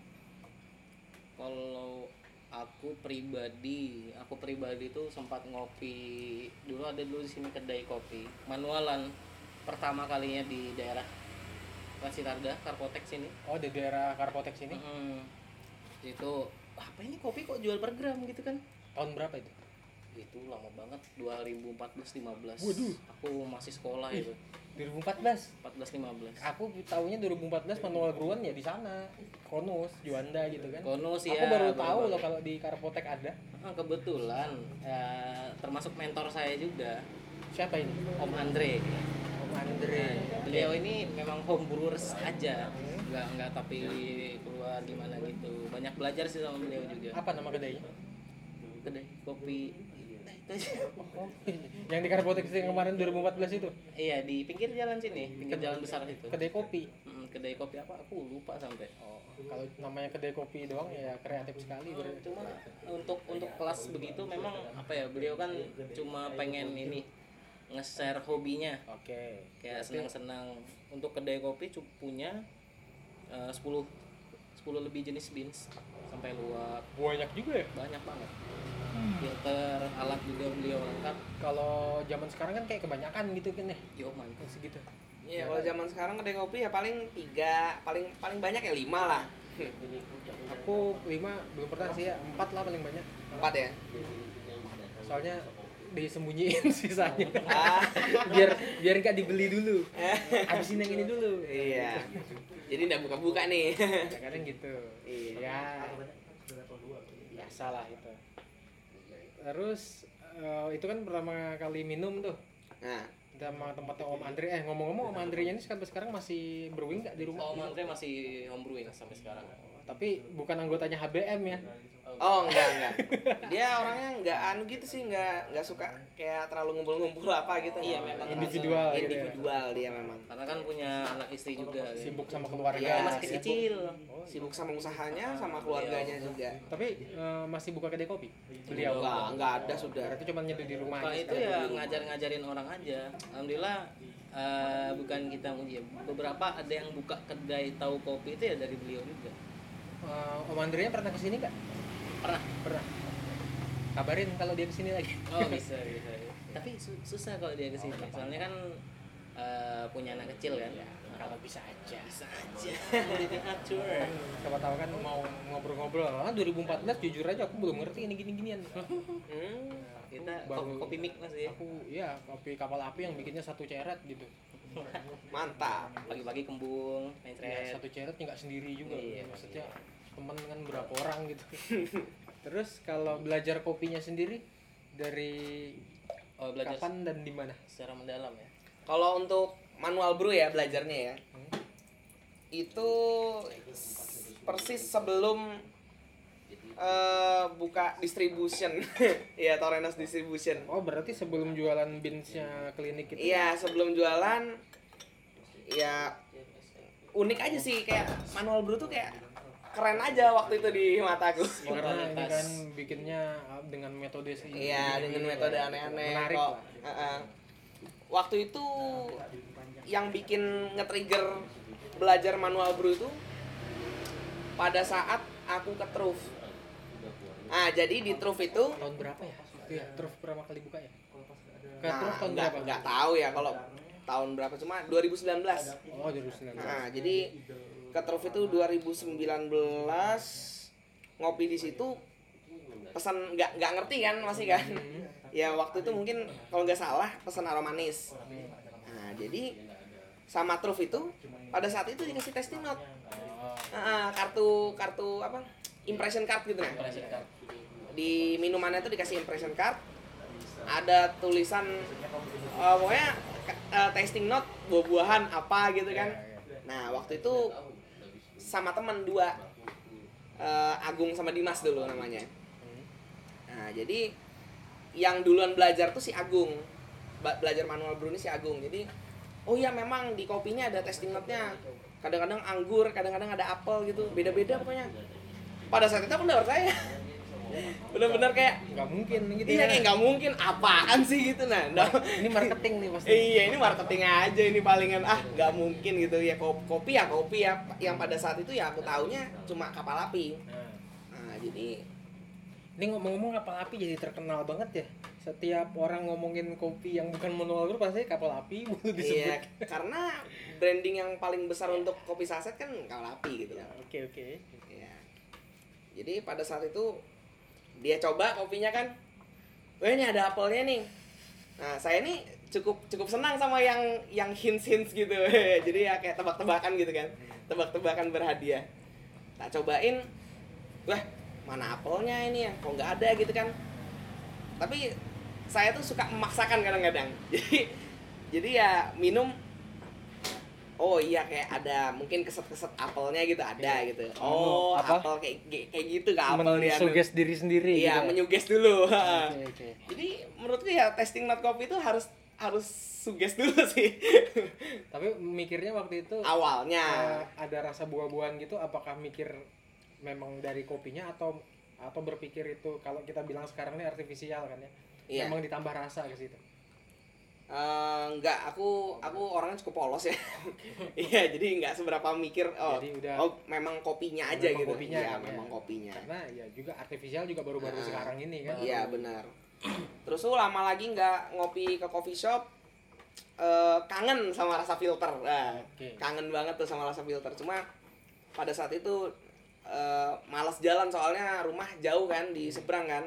[SPEAKER 2] Kalau aku pribadi, aku pribadi tuh sempat ngopi dulu ada dulu di sini kedai kopi manualan pertama kalinya di daerah Pasitarda, Karpotek sini.
[SPEAKER 1] oh di daerah Karpotek sini
[SPEAKER 2] Mm-mm. Itu "Wah, apa ini kopi kok jual per gram gitu kan?
[SPEAKER 1] tahun berapa itu
[SPEAKER 2] Itu lama banget 2014 15.
[SPEAKER 1] Waduh.
[SPEAKER 2] Aku masih sekolah itu.
[SPEAKER 1] 2014
[SPEAKER 2] 14 15.
[SPEAKER 1] aku tahunya 2014 manual brewan ya di sana Konus Juanda gitu kan
[SPEAKER 2] Konus ya.
[SPEAKER 1] aku baru tahu
[SPEAKER 2] bener-bener.
[SPEAKER 1] loh kalau di Karpotek ada
[SPEAKER 2] Ah, kebetulan eh, termasuk mentor saya juga
[SPEAKER 1] siapa ini
[SPEAKER 2] Om Andre
[SPEAKER 1] Om Andre
[SPEAKER 2] Nah, beliau ini memang home brewers aja nggak nggak tapi keluar gimana gitu banyak belajar sih sama beliau juga
[SPEAKER 1] apa nama kedainya
[SPEAKER 2] kedai kopi Nah, itu aja.
[SPEAKER 1] yang di Karpotek sih kemarin 2014 itu
[SPEAKER 2] iya di pinggir jalan sini pinggir jalan besar itu
[SPEAKER 1] kedai kopi
[SPEAKER 2] Mm, kedai kopi apa aku lupa sampai
[SPEAKER 1] Oh, kalau namanya kedai kopi doang ya kreatif sekali ber-
[SPEAKER 2] cuma untuk untuk kelas begitu memang apa ya beliau kan cuma pengen ini nge-share hobinya
[SPEAKER 1] Oke.
[SPEAKER 2] kayak senang-senang untuk kedai kopi cu- punya eh, 10 10 lebih jenis beans sampai luar
[SPEAKER 1] Banyak juga ya.
[SPEAKER 2] banyak banget
[SPEAKER 1] Hmm.
[SPEAKER 2] filter alat juga beliau lengkap
[SPEAKER 1] Kalau zaman sekarang kan kayak kebanyakan gitu kan ya.
[SPEAKER 2] yo mantap
[SPEAKER 1] Yang segitu.
[SPEAKER 3] Iya, kalau zaman sekarang kedai kopi ya paling tiga, paling paling banyak ya lima lah.
[SPEAKER 1] Aku lima belum pernah sih ya. Empat lah paling banyak.
[SPEAKER 3] Empat ya.
[SPEAKER 1] Soalnya disembunyiin sisanya
[SPEAKER 3] Ah,
[SPEAKER 1] biar biar nggak dibeli dulu habisin yang ini dulu
[SPEAKER 3] iya. Jadi nggak buka-buka nih.
[SPEAKER 1] ya, kadang gitu
[SPEAKER 3] Iya.
[SPEAKER 1] ya biasa lah itu terus eh, itu kan pertama kali minum tuh
[SPEAKER 3] Nah,
[SPEAKER 1] sama tempatnya Om Andre eh ngomong-ngomong Om Andre ini sampai sekarang masih brewing nggak di rumah Oh.
[SPEAKER 2] Om Andre masih homebrewing sampai sekarang
[SPEAKER 1] tapi bukan anggotanya HBM ya
[SPEAKER 3] oh enggak enggak. Dia orangnya enggak anu gitu sih, enggak enggak suka kayak terlalu ngumpul-ngumpul apa gitu.
[SPEAKER 2] Iya, memang
[SPEAKER 1] Individual gitu
[SPEAKER 3] terasa
[SPEAKER 1] ya.
[SPEAKER 3] individual dia memang.
[SPEAKER 2] karena kan punya anak istri juga ya.
[SPEAKER 1] sibuk sama keluarga
[SPEAKER 2] Iya, masih
[SPEAKER 1] sibuk.
[SPEAKER 2] kecil
[SPEAKER 3] Sibuk sama usahanya sama keluarganya juga.
[SPEAKER 1] tapi eh, masih buka kedai kopi beliau
[SPEAKER 3] Enggak, enggak ada sudah.
[SPEAKER 1] berarti cuma nyeduh di rumah
[SPEAKER 2] Kalau
[SPEAKER 1] aja
[SPEAKER 2] itu ya ngajar-ngajarin orang aja. Alhamdulillah eh, bukan kita muji. Beberapa ada yang buka kedai tahu kopi itu ya dari beliau juga.
[SPEAKER 1] Eh, Om Andre nya pernah kesini nggak
[SPEAKER 2] Pernah.
[SPEAKER 1] pernah kabarin kalau dia kesini lagi
[SPEAKER 2] Oh bisa bisa. Tapi su- susah kalau dia kesini. Soalnya kan eh, punya anak kecil kan.
[SPEAKER 1] kalau bisa aja
[SPEAKER 2] Bisa aja. Murid diatur.
[SPEAKER 1] siapa tahu kan mau ngobrol-ngobrol ah 2014 jujur aja aku belum ngerti ini gini-ginian
[SPEAKER 3] Hmm.
[SPEAKER 2] Kita
[SPEAKER 1] Baru-
[SPEAKER 2] kopi, kopi mik masih ya.
[SPEAKER 1] aku ya kopi kapal api yang bikinnya satu ceret gitu
[SPEAKER 3] Mantap.
[SPEAKER 2] Pagi-pagi kembung,
[SPEAKER 1] ya,
[SPEAKER 2] main thread.
[SPEAKER 1] satu ceret nggak sendiri juga ya,
[SPEAKER 2] Iya,
[SPEAKER 1] maksudnya teman kan berapa orang gitu terus kalau belajar kopinya sendiri dari
[SPEAKER 2] Oh, belajar
[SPEAKER 1] kapan dan di mana
[SPEAKER 2] secara mendalam ya.
[SPEAKER 3] Kalau untuk manual brew ya belajarnya ya.
[SPEAKER 1] Hmm.
[SPEAKER 3] Itu s- persis sebelum eh, buka distribution. ya Torenos distribution.
[SPEAKER 1] oh berarti sebelum jualan beansnya klinik itu
[SPEAKER 3] Iya, sebelum jualan ya unik aja sih kayak manual brew tuh kayak keren aja waktu itu di mataku.
[SPEAKER 1] Ya, karena ini
[SPEAKER 2] Spontanitas.
[SPEAKER 1] kan bikinnya ah, dengan metode sendiri
[SPEAKER 3] Iya, dengan metode aneh-aneh
[SPEAKER 1] gitu. menarik
[SPEAKER 3] kok.
[SPEAKER 1] lah.
[SPEAKER 3] Heeh. Waktu itu yang bikin nge-trigger belajar manual brew itu pada saat aku ke Truf. Ah, jadi di Truf itu
[SPEAKER 1] tahun berapa ya itu ya terus pertama kali buka ya ke
[SPEAKER 3] nah,
[SPEAKER 1] terus tahun
[SPEAKER 3] nggak
[SPEAKER 1] berapa
[SPEAKER 3] nggak tahu ya kalau tahun berapa cuma 2019.
[SPEAKER 1] oh dari Senin
[SPEAKER 3] Nah, jadi ke Truf itu 2019 ngopi di situ pesan nggak nggak ngerti kan masih kan
[SPEAKER 1] Iya,
[SPEAKER 3] ya waktu itu mungkin kalau nggak salah pesan aroma manis nah jadi sama truf itu pada saat itu dikasih tasting note
[SPEAKER 1] oh,
[SPEAKER 3] Ah, kartu kartu apa? Impression card gitu nah.
[SPEAKER 2] Impression card.
[SPEAKER 3] Di minumannya itu dikasih impression card. Ada tulisan eh, pokoknya eh, tasting note buah-buahan apa gitu kan.
[SPEAKER 1] iya.
[SPEAKER 3] Nah, waktu itu sama teman dua Eh, Agung sama Dimas dulu namanya. Nah, jadi yang duluan belajar tuh si Agung. Ba- belajar manual brew ini si Agung. Jadi oh iya memang di kopinya ada testing note-nya. Kadang-kadang anggur, kadang-kadang ada apel gitu. Beda-beda pokoknya. Pada saat itu aku udah percaya. Bener-bener kayak
[SPEAKER 1] nggak mungkin gitu
[SPEAKER 3] Iya
[SPEAKER 1] ya.
[SPEAKER 3] kayak nggak mungkin apaan sih gitu nah. nah.
[SPEAKER 1] ini marketing nih pasti
[SPEAKER 3] Iya ini marketing aja ini palingan ah nggak mungkin gitu ya Ko- kopi ya kopi ya yang pada saat itu ya aku taunya cuma kapal api nah jadi
[SPEAKER 1] ini ngomong-ngomong kapal api jadi terkenal banget ya setiap orang ngomongin kopi yang bukan manual brew pasti kapal api mulu
[SPEAKER 3] iya
[SPEAKER 1] disebut
[SPEAKER 3] karena branding yang paling besar untuk kopi saset kan kapal api gitu kan
[SPEAKER 1] oke oke
[SPEAKER 3] Iya. jadi pada saat itu dia coba kopinya kan wah ini ada apelnya nih nah saya nih cukup cukup senang sama yang yang hints hints gitu jadi ya kayak tebak-tebakan gitu kan tebak-tebakan berhadiah tak cobain wah mana apelnya ini ya kok nggak ada gitu kan tapi saya tuh suka memaksakan kadang-kadang jadi jadi ya minum oh iya kayak ada mungkin keset-keset apelnya gitu ada gitu oh
[SPEAKER 1] Anu, apa?
[SPEAKER 3] apel kayak kayak gitu ke apel dia tuh.
[SPEAKER 1] mensuges diri sendiri
[SPEAKER 3] iya
[SPEAKER 1] gitu ya.
[SPEAKER 3] menyuges dulu
[SPEAKER 1] oke oke
[SPEAKER 3] jadi menurutku ya testing not kopi itu harus harus suges dulu sih
[SPEAKER 1] tapi mikirnya waktu itu
[SPEAKER 3] awalnya
[SPEAKER 1] eh, ada rasa buah-buahan gitu apakah mikir memang dari kopinya atau atau berpikir itu kalau kita bilang sekarang ini artifisial kan ya
[SPEAKER 3] Iya.
[SPEAKER 1] memang ditambah rasa ke situ
[SPEAKER 3] Eh, enggak aku aku orangnya cukup polos ya iya jadi enggak seberapa mikir oh,
[SPEAKER 1] Jadi udah-
[SPEAKER 3] oh memang kopinya aja
[SPEAKER 1] Memang
[SPEAKER 3] gitu
[SPEAKER 1] kopinya
[SPEAKER 3] Iya,
[SPEAKER 1] kan ya.
[SPEAKER 3] memang kopinya
[SPEAKER 1] karena ya juga artifisial juga baru-baru
[SPEAKER 3] Ah.
[SPEAKER 1] sekarang ini kan
[SPEAKER 3] iya benar terus tuh lama lagi enggak ngopi ke coffee shop eh, kangen sama rasa filter Nah,
[SPEAKER 1] Oke.
[SPEAKER 3] kangen banget tuh sama rasa filter cuma pada saat itu eh, malas jalan soalnya rumah jauh kan di seberang kan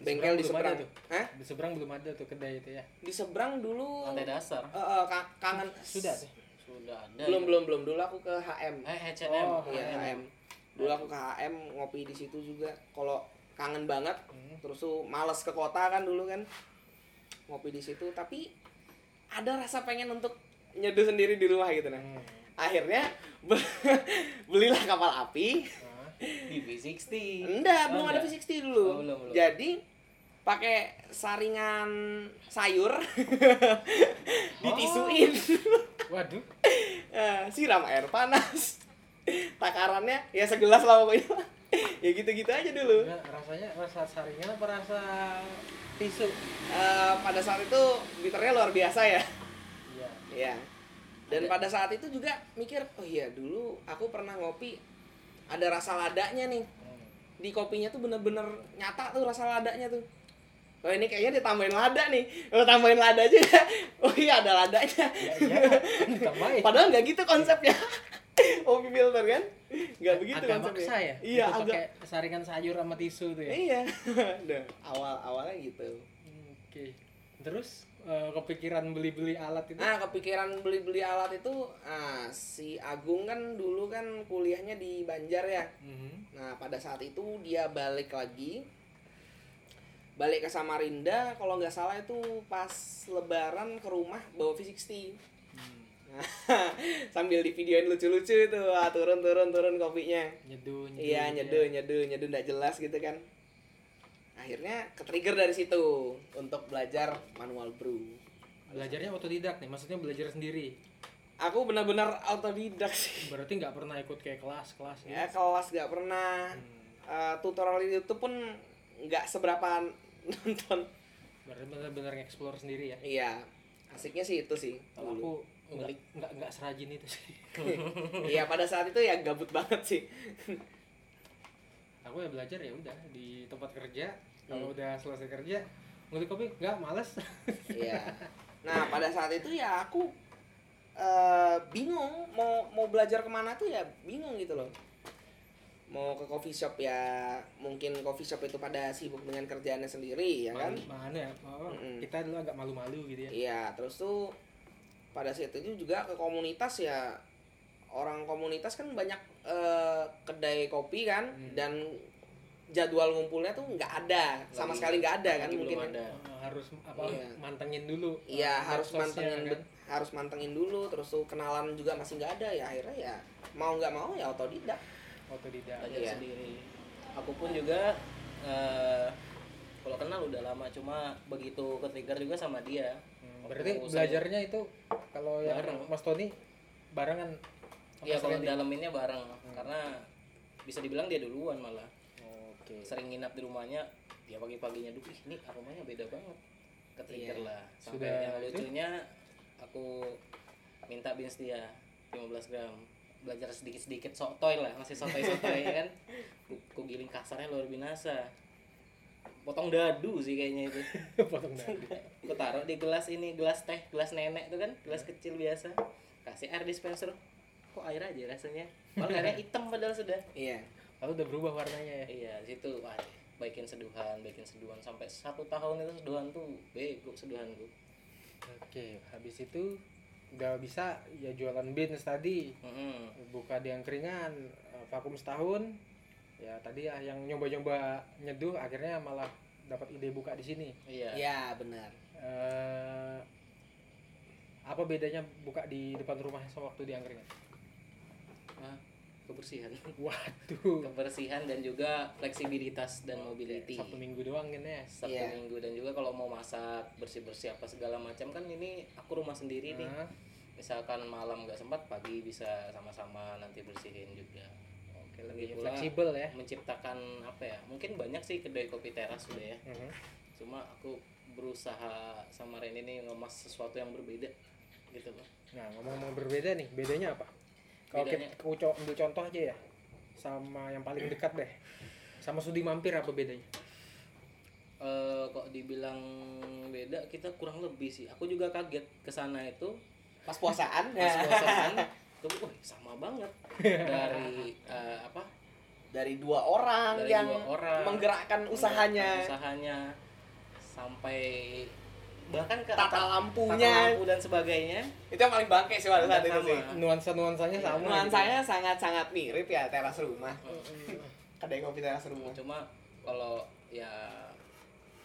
[SPEAKER 3] bengkel di
[SPEAKER 1] belum ada
[SPEAKER 3] seberang
[SPEAKER 1] tuh.
[SPEAKER 3] Hah?
[SPEAKER 1] di seberang belum ada tuh kedai itu ya
[SPEAKER 3] di seberang dulu
[SPEAKER 2] Lantai dasar
[SPEAKER 3] eh, eh, ka- kangen
[SPEAKER 1] sudah tuh
[SPEAKER 2] sudah ada. ya?
[SPEAKER 3] belum belum belum dulu aku ke HM
[SPEAKER 2] Eh H&M.
[SPEAKER 1] Oh,
[SPEAKER 3] iya HM dulu aku ke HM ngopi di situ juga kalau kangen banget
[SPEAKER 1] Hmm.
[SPEAKER 3] terus tuh males ke kota kan dulu kan ngopi di situ tapi ada rasa pengen untuk nyeduh sendiri di rumah gitu nah
[SPEAKER 1] Hmm.
[SPEAKER 3] akhirnya be- belilah kapal api
[SPEAKER 1] Nah.
[SPEAKER 2] Di V60.
[SPEAKER 3] enggak
[SPEAKER 2] Oh,
[SPEAKER 3] belum ada
[SPEAKER 2] enggak.
[SPEAKER 3] V60 dulu
[SPEAKER 2] Oh, belum, belum.
[SPEAKER 3] jadi pakai saringan sayur
[SPEAKER 2] Oh.
[SPEAKER 3] ditisuin
[SPEAKER 1] waduh
[SPEAKER 3] Eh, siram air panas takarannya ya segelas lah pokoknya ya gitu-gitu aja dulu
[SPEAKER 1] Nah, rasanya rasa saringan apa rasa tisu
[SPEAKER 3] Eh, pada saat itu biternya luar biasa ya
[SPEAKER 1] iya
[SPEAKER 3] ya dan
[SPEAKER 2] Ada.
[SPEAKER 3] pada saat itu juga mikir oh iya dulu aku pernah ngopi ada rasa ladanya nih
[SPEAKER 1] Hmm.
[SPEAKER 3] di kopinya tuh bener-bener nyata tuh rasa ladanya tuh Oh ini kayaknya ditambahin lada nih. Oh tambahin lada aja. Oh iya ada ladanya.
[SPEAKER 1] ya iya
[SPEAKER 2] ya?
[SPEAKER 1] ditambahin
[SPEAKER 3] Padahal nggak gitu konsepnya. Kopi filter kan? Nggak begitu
[SPEAKER 1] agak
[SPEAKER 3] konsepnya.
[SPEAKER 1] maksa ya
[SPEAKER 3] Iya,
[SPEAKER 1] Itu
[SPEAKER 3] agak.
[SPEAKER 1] pakai saringan sayur sama tisu tuh ya
[SPEAKER 3] Iya. Udah, awal-awalnya gitu.
[SPEAKER 1] Hmm, oke terus eh, kepikiran beli-beli alat itu
[SPEAKER 3] Nah, kepikiran beli-beli alat itu ah, si Agung kan dulu kan kuliahnya di Banjar ya.
[SPEAKER 1] Mhm.
[SPEAKER 3] Nah, pada saat itu dia balik lagi. Balik ke Samarinda, kalau nggak salah itu pas lebaran ke rumah bawa V60.
[SPEAKER 1] Hmm.
[SPEAKER 3] Sambil di videoin lucu-lucu itu, ah, turun-turun-turun kopinya.
[SPEAKER 1] nyeduh nyeduh
[SPEAKER 3] Iya nyeduh nyeduh nyeduh nggak jelas gitu kan. Akhirnya ke trigger dari situ untuk belajar manual brew.
[SPEAKER 1] belajarnya otodidak nih maksudnya belajar sendiri
[SPEAKER 3] Aku benar-benar autodidak sih.
[SPEAKER 1] berarti nggak pernah ikut kayak gitu? kelas-kelas
[SPEAKER 3] Ya kelas nggak pernah
[SPEAKER 1] Hmm,
[SPEAKER 3] Eh, tutorial itu pun nggak seberapa nonton.
[SPEAKER 1] berarti benar-benar nge-explore sendiri ya
[SPEAKER 3] Iya asiknya sih itu sih.
[SPEAKER 1] kalau
[SPEAKER 3] dulu.
[SPEAKER 1] aku nggak nggak nggak serajin itu sih
[SPEAKER 3] Iya pada saat itu ya gabut banget sih.
[SPEAKER 1] aku ya belajar ya udah di tempat kerja
[SPEAKER 3] Hmm.
[SPEAKER 1] kalau udah selesai kerja ngulik kopi nggak males
[SPEAKER 3] Iya. Nah pada saat itu ya aku eh, bingung mau mau belajar kemana tuh ya bingung gitu loh. Mau ke coffee shop ya mungkin coffee shop itu pada sibuk dengan kerjaannya sendiri ya kan.
[SPEAKER 1] Malu- mana ya oh,
[SPEAKER 3] Mm-mm.
[SPEAKER 1] kita dulu agak malu-malu gitu ya
[SPEAKER 3] Iya terus tuh pada saat itu juga ke komunitas ya orang komunitas kan banyak eh, kedai kopi kan
[SPEAKER 1] Hmm.
[SPEAKER 3] dan jadwal ngumpulnya tuh nggak ada sama
[SPEAKER 2] Lagi-
[SPEAKER 3] sekali nggak ada kan
[SPEAKER 2] lagi
[SPEAKER 3] mungkin
[SPEAKER 2] belum ada.
[SPEAKER 1] Eh, harus apa
[SPEAKER 3] Iya.
[SPEAKER 1] mantengin dulu
[SPEAKER 3] Iya
[SPEAKER 1] eh,
[SPEAKER 3] harus
[SPEAKER 1] medsosnya,
[SPEAKER 3] mantengin
[SPEAKER 1] kan.
[SPEAKER 3] bet- harus mantengin dulu terus tuh kenalan juga masih nggak ada ya akhirnya ya mau nggak mau ya otodidak
[SPEAKER 1] otodidak
[SPEAKER 2] belajar
[SPEAKER 3] Iya.
[SPEAKER 2] sendiri. Aku pun juga eh, kalau kenal udah lama, cuma begitu ke trigger juga sama dia.
[SPEAKER 1] Hmm,
[SPEAKER 2] Waktu
[SPEAKER 1] berarti
[SPEAKER 2] saya-
[SPEAKER 1] belajarnya itu kalau yang
[SPEAKER 2] Bareng.
[SPEAKER 1] Mas Tony barengan sama Hmm.
[SPEAKER 2] Iya
[SPEAKER 1] Mas
[SPEAKER 2] kalau
[SPEAKER 1] Randy?
[SPEAKER 2] daleminnya bareng, karena bisa dibilang dia duluan malah.
[SPEAKER 1] oke
[SPEAKER 2] Sering nginap di rumahnya, dia pagi-paginya dulu, "Ih, ini aromanya beda banget. Ke trigger lah. Sampai
[SPEAKER 1] Sudah
[SPEAKER 2] yang
[SPEAKER 1] itu?
[SPEAKER 2] lucunya aku minta bins dia 15 gram belajar sedikit-sedikit sotoy lah masih sotoy-sotoy ya kan Ku- kugiling kasarnya luar binasa potong dadu sih kayaknya itu
[SPEAKER 1] potong dadu
[SPEAKER 2] aku taruh di gelas ini gelas teh gelas nenek tuh kan gelas kecil biasa kasih air dispenser kok air aja rasanya padahal airnya hitam padahal sudah
[SPEAKER 3] iya
[SPEAKER 1] lalu udah berubah warnanya ya
[SPEAKER 2] iya di situ wah baikin seduhan baikin seduhan sampai satu tahun itu seduhan tuh bego seduhan gua
[SPEAKER 1] oke habis itu udah bisa ya jualan beans tadi
[SPEAKER 2] Mhm.
[SPEAKER 1] buka di angkringan eh, vakum setahun ya tadi ya yang nyoba-nyoba nyeduh akhirnya malah dapat ide buka di sini
[SPEAKER 2] iya
[SPEAKER 3] iya benar
[SPEAKER 1] Eh, apa bedanya buka di depan rumah sama waktu di angkringan
[SPEAKER 2] Hah? kebersihan
[SPEAKER 1] waduh
[SPEAKER 2] kebersihan dan juga fleksibilitas dan mobility
[SPEAKER 1] Sabtu minggu doang kan ya
[SPEAKER 2] Sabtu
[SPEAKER 3] Iya.
[SPEAKER 2] minggu dan juga kalau mau masak bersih bersih apa segala macam kan ini aku rumah sendiri nih
[SPEAKER 1] Ah,
[SPEAKER 2] misalkan malam nggak sempat pagi bisa sama-sama nanti bersihin juga oke
[SPEAKER 1] lebih
[SPEAKER 2] lebih pula
[SPEAKER 1] fleksibel ya
[SPEAKER 2] menciptakan apa ya mungkin banyak sih kedai kopi teras sudah ya
[SPEAKER 1] Mhm.
[SPEAKER 2] cuma aku berusaha sama Ren ini ngemas sesuatu yang berbeda gitu loh
[SPEAKER 1] nah ngomong-ngomong berbeda nih bedanya apa kalau kita
[SPEAKER 2] Bedanya-
[SPEAKER 1] aku co- ambil contoh aja ya sama yang paling dekat deh sama sudi mampir apa bedanya
[SPEAKER 2] Eh, kok dibilang beda kita kurang lebih sih aku juga kaget kesana itu
[SPEAKER 3] pas puasaan
[SPEAKER 2] pas bosan tuh wih, sama banget dari eh, apa
[SPEAKER 3] dari dua orang
[SPEAKER 2] Dari
[SPEAKER 3] yang
[SPEAKER 2] dua orang.
[SPEAKER 3] menggerakkan usahanya
[SPEAKER 2] usahanya sampai bahkan ke
[SPEAKER 3] tata
[SPEAKER 2] atap-
[SPEAKER 3] lampunya
[SPEAKER 2] lampu dan sebagainya
[SPEAKER 3] itu yang paling bangke sih pada saat itu
[SPEAKER 2] Sama.
[SPEAKER 3] sih
[SPEAKER 1] nuansa-nuansanya
[SPEAKER 2] Iya,
[SPEAKER 1] sama
[SPEAKER 3] nuansanya sangat sangat mirip ya teras rumah
[SPEAKER 1] gitu.
[SPEAKER 3] kedai kopi teras rumah
[SPEAKER 2] Iya. cuma kalau ya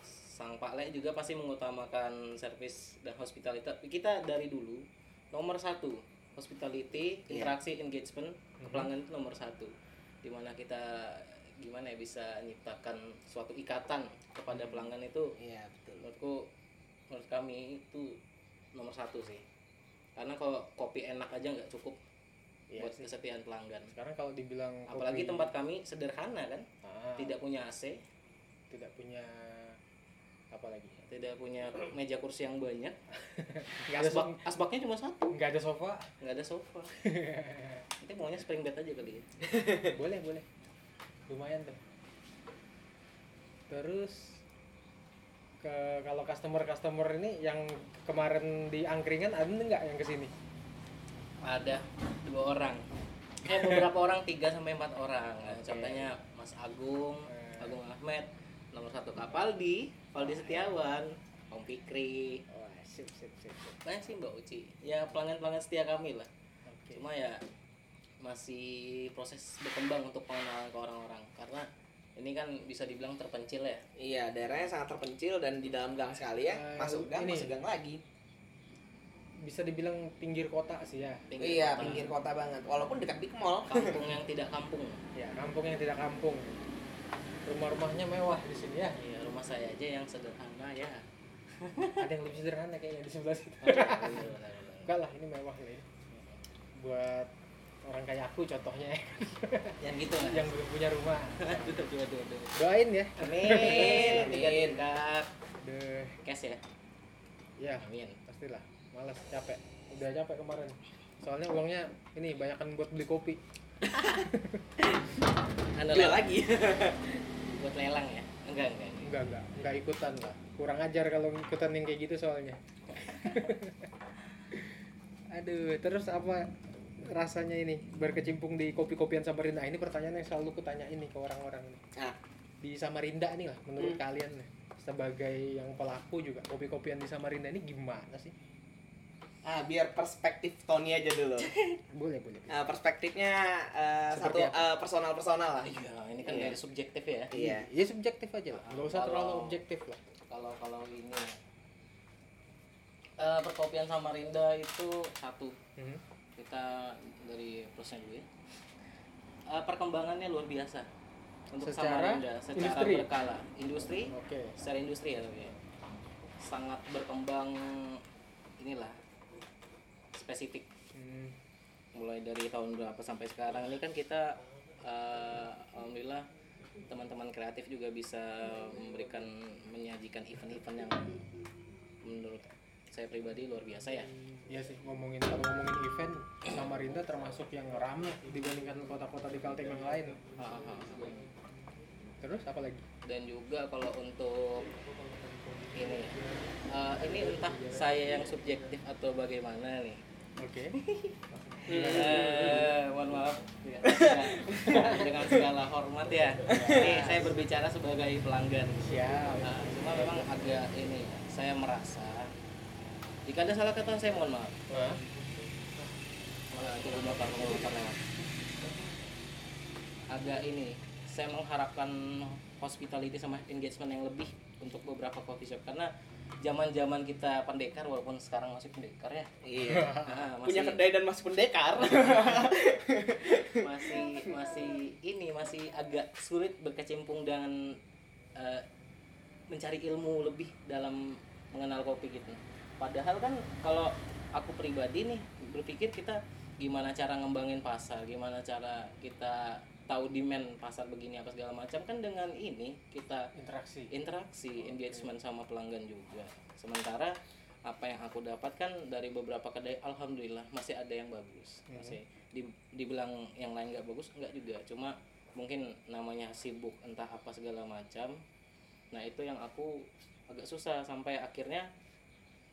[SPEAKER 2] sang Pak Le juga pasti mengutamakan service dan hospitality kita dari dulu nomor satu hospitality
[SPEAKER 3] Iya.
[SPEAKER 2] interaksi engagement
[SPEAKER 1] Mhm.
[SPEAKER 2] ke pelanggan itu nomor satu dimana kita gimana ya bisa nyiptakan suatu ikatan kepada
[SPEAKER 1] Mhm.
[SPEAKER 2] pelanggan itu
[SPEAKER 3] iya betul
[SPEAKER 2] menurutku menurut kami itu nomor satu sih karena kalau kopi enak aja nggak cukup
[SPEAKER 1] Iya
[SPEAKER 2] buat
[SPEAKER 1] sih.
[SPEAKER 2] kesetiaan pelanggan
[SPEAKER 1] sekarang kalau dibilang
[SPEAKER 2] apalagi
[SPEAKER 1] kopi-
[SPEAKER 2] tempat kami sederhana kan
[SPEAKER 1] Ah,
[SPEAKER 2] tidak punya AC
[SPEAKER 1] tidak punya apa lagi
[SPEAKER 2] tidak punya meja kursi yang banyak
[SPEAKER 1] nggak ada
[SPEAKER 2] asbak asbaknya cuma satu
[SPEAKER 1] nggak ada sofa
[SPEAKER 2] nggak ada sofa nanti maunya spring bed aja kali ya
[SPEAKER 1] boleh boleh lumayan tuh terus ke kalau customer customer ini yang kemarin di angkringan ada nggak yang kesini
[SPEAKER 2] ada dua orang eh beberapa orang tiga sampai empat orang Nah,
[SPEAKER 1] Oke.
[SPEAKER 2] contohnya Mas Agung
[SPEAKER 1] Hmm.
[SPEAKER 2] Agung Ahmed nomor satu Kapaldi Paldi Setiawan Om Fikri
[SPEAKER 1] wah Oh, sip sip sip, sip.
[SPEAKER 2] banyak sih Mbak Uci ya pelanggan pelanggan setia kami lah
[SPEAKER 1] oke
[SPEAKER 2] cuma ya masih proses berkembang untuk pengenalan ke orang-orang karena ini kan bisa dibilang terpencil ya
[SPEAKER 3] Iya, daerahnya sangat terpencil dan di dalam gang sekali ya.
[SPEAKER 1] Eh,
[SPEAKER 3] masuk gang,
[SPEAKER 1] ini.
[SPEAKER 3] masuk gang lagi.
[SPEAKER 1] bisa dibilang pinggir kota sih ya
[SPEAKER 2] pinggir
[SPEAKER 3] iya,
[SPEAKER 2] kota.
[SPEAKER 3] pinggir kota banget. Walaupun dekat big mall.
[SPEAKER 2] kampung yang tidak kampung
[SPEAKER 1] ya kampung yang tidak kampung rumah-rumahnya mewah di sini ya
[SPEAKER 2] Iya, rumah saya aja yang sederhana ya
[SPEAKER 1] ada yang lebih sederhana kayaknya di sebelah situ
[SPEAKER 2] Aduh, aduh, aduh, aduh.
[SPEAKER 1] enggak lah ini mewah nih buat orang kayak aku contohnya
[SPEAKER 2] yang gitu lah
[SPEAKER 1] yang belum punya rumah
[SPEAKER 2] aduh aduh aduh aduh
[SPEAKER 1] doain ya
[SPEAKER 2] amin tiga
[SPEAKER 3] Amin.
[SPEAKER 2] tingkat
[SPEAKER 1] deh
[SPEAKER 2] cash ya
[SPEAKER 1] ya
[SPEAKER 2] amin
[SPEAKER 1] pastilah malas capek udah capek kemarin soalnya uangnya ini banyakkan buat beli kopi
[SPEAKER 2] anda
[SPEAKER 3] Jual
[SPEAKER 2] lelang
[SPEAKER 3] lagi.
[SPEAKER 2] buat lelang ya enggak enggak, enggak.
[SPEAKER 1] enggak enggak enggak ikutan lah kurang ajar kalau ikutan yang kayak gitu soalnya aduh terus apa rasanya ini berkecimpung di kopi-kopian Samarinda ini pertanyaan yang selalu kutanya ini ke orang-orang ini
[SPEAKER 3] Ah.
[SPEAKER 1] di Samarinda nih lah menurut
[SPEAKER 3] Hmm.
[SPEAKER 1] kalian nih sebagai yang pelaku juga kopi-kopian di Samarinda ini gimana sih
[SPEAKER 3] Ah, biar perspektif Tony aja dulu.
[SPEAKER 1] Boleh, boleh.
[SPEAKER 3] Ah, perspektifnya eh,
[SPEAKER 1] Seperti
[SPEAKER 3] satu
[SPEAKER 1] apa?
[SPEAKER 3] eh, personal-personal lah.
[SPEAKER 2] Iya, ini kan
[SPEAKER 3] Iya.
[SPEAKER 2] dari subjektif ya.
[SPEAKER 3] Iya.
[SPEAKER 1] Ya subjektif aja lah. Enggak usah terlalu
[SPEAKER 2] Kalau-
[SPEAKER 1] objektif lah.
[SPEAKER 2] Kalau kalau ini Eh perkopian Samarinda itu satu
[SPEAKER 1] Mhm.
[SPEAKER 2] kita dari plusnya dulu ya. Eh, perkembangannya luar biasa untuk
[SPEAKER 1] Secara
[SPEAKER 2] Samarinda secara
[SPEAKER 1] industri.
[SPEAKER 2] berkala industri
[SPEAKER 1] Oke.
[SPEAKER 2] secara industri ya tapi ya. sangat berkembang inilah spesifik
[SPEAKER 1] Hmm,
[SPEAKER 2] mulai dari tahun berapa sampai sekarang ini kan kita eh, alhamdulillah teman-teman kreatif juga bisa memberikan menyajikan event-event yang menurut saya pribadi luar biasa ya
[SPEAKER 1] Iya sih, ngomongin kalau ngomongin event, Samarinda termasuk yang rame dibandingkan kota-kota di Kalteng yang lain. Terus apa lagi?
[SPEAKER 2] dan juga kalau untuk ini eh, ini entah saya yang subjektif atau bagaimana nih
[SPEAKER 1] Oke.
[SPEAKER 2] Eh, mohon maaf ya, dengan- dengan segala hormat ya ini saya berbicara sebagai pelanggan
[SPEAKER 1] Siap.
[SPEAKER 2] Nah, cuma memang agak ini saya merasa jika ada salah kata saya mohon maaf Mohon maaf, itu belakang belakang, belakang. agak ini saya mengharapkan hospitality sama engagement yang lebih untuk beberapa coffee shop karena zaman zaman kita pendekar walaupun sekarang masih pendekar ya
[SPEAKER 3] Iya.
[SPEAKER 2] Ah,
[SPEAKER 3] Punya kedai dan masih pendekar.
[SPEAKER 2] masih masih ini masih agak sulit berkecimpung dengan eh, mencari ilmu lebih dalam mengenal kopi gitu. Padahal kan kalau aku pribadi nih berpikir kita gimana cara ngembangin pasar, gimana cara kita tahu demand pasar begini apa segala macam kan dengan ini kita
[SPEAKER 1] Interaksi.
[SPEAKER 2] interaksi, engagement sama pelanggan juga. Sementara apa yang aku dapatkan dari beberapa kedai, alhamdulillah masih ada yang bagus. Masih di- dibilang yang lain nggak bagus, nggak juga. Cuma mungkin namanya sibuk entah apa segala macam. Nah itu yang aku agak susah sampai akhirnya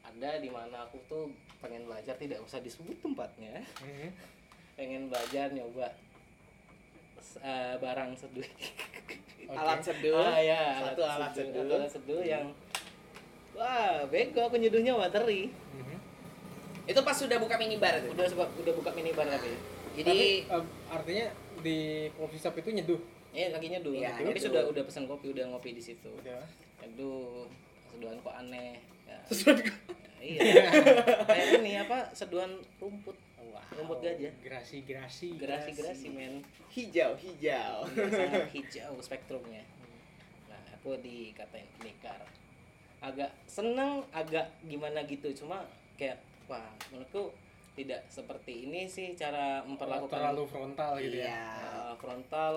[SPEAKER 2] ada di mana aku tuh pengen belajar tidak usah disebut tempatnya
[SPEAKER 1] Mhm.
[SPEAKER 2] pengen belajar nyoba s- eh, barang seduh
[SPEAKER 1] Oke.
[SPEAKER 3] Alat seduh.
[SPEAKER 2] Ah, ya,
[SPEAKER 3] Satu iya, alat seduh.
[SPEAKER 2] Satu alat seduh yang wah bego aku nyeduhnya materi.
[SPEAKER 1] Mhm.
[SPEAKER 3] Itu pas sudah buka minibar itu.
[SPEAKER 2] Udah suka, udah buka minibar tapi.
[SPEAKER 1] Tapi,
[SPEAKER 3] Jadi
[SPEAKER 1] eh, artinya di coffee shop itu nyeduh.
[SPEAKER 2] Eh lagi nyeduh.
[SPEAKER 3] Iya,
[SPEAKER 2] tapi
[SPEAKER 3] nyeduh.
[SPEAKER 2] sudah udah pesan kopi, udah ngopi di situ.
[SPEAKER 1] Udah.
[SPEAKER 2] Aduh, seduhan kok aneh. Ya,
[SPEAKER 3] Sesuai dengan-
[SPEAKER 2] iya. Kayak ini apa? Seduhan rumput. Rumput
[SPEAKER 1] ya?
[SPEAKER 2] gajah.
[SPEAKER 1] Gerasi-gerasi.
[SPEAKER 2] Gerasi-gerasi men.
[SPEAKER 3] hijau, hijau.
[SPEAKER 2] sangat kan hijau spektrumnya nah aku dikatain pendekar agak seneng agak gimana gitu cuma kayak wah menurutku tidak seperti ini sih cara
[SPEAKER 1] Terlalu,
[SPEAKER 2] memperlakukan
[SPEAKER 1] Oh, terlalu frontal gitu ya.
[SPEAKER 3] Iya.
[SPEAKER 2] Eh, frontal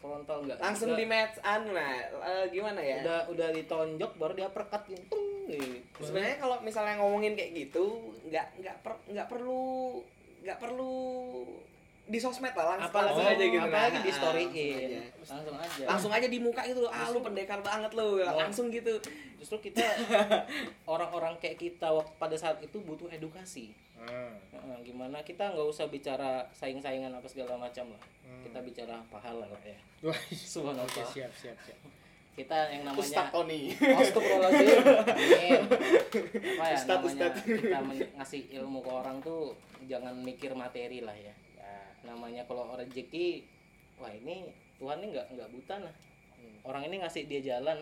[SPEAKER 2] frontal enggak
[SPEAKER 3] Langsung di match anu nah, eh, gimana ya?
[SPEAKER 2] udah udah ditonjok baru dia perkat gitu Tung, gitu.
[SPEAKER 3] sebenarnya kalau misalnya ngomongin kayak gitu nggak nggak per, nggak perlu nggak perlu di sosmed lah langsung,
[SPEAKER 2] apalagi
[SPEAKER 3] langsung aja gitu
[SPEAKER 2] apalagi
[SPEAKER 3] nah.
[SPEAKER 2] di storyin
[SPEAKER 3] Langsung aja.
[SPEAKER 2] langsung aja
[SPEAKER 3] langsung aja di muka gitu loh ah lu pendekar banget lu
[SPEAKER 2] Oh.
[SPEAKER 3] langsung gitu
[SPEAKER 2] justru kita orang-orang kayak kita waktu pada saat itu butuh edukasi
[SPEAKER 1] Hmm.
[SPEAKER 2] Heeh, gimana kita nggak usah bicara saing-saingan apa segala macam lah
[SPEAKER 1] Hmm.
[SPEAKER 2] kita bicara pahala lah ya
[SPEAKER 1] Wah,
[SPEAKER 2] Subhanallah.
[SPEAKER 1] Oke, siap, siap, siap.
[SPEAKER 2] kita yang namanya
[SPEAKER 3] Ustaz Tony
[SPEAKER 2] Astagfirullahaladzim Amin. apa ya
[SPEAKER 3] Ustaz,
[SPEAKER 2] namanya
[SPEAKER 3] Ustaz.
[SPEAKER 2] kita men- ngasih ilmu ke orang tuh jangan mikir materi lah ya
[SPEAKER 1] Nah.
[SPEAKER 2] namanya kalau orang rezeki wah ini Tuhan ini nggak nggak buta lah orang ini ngasih dia jalan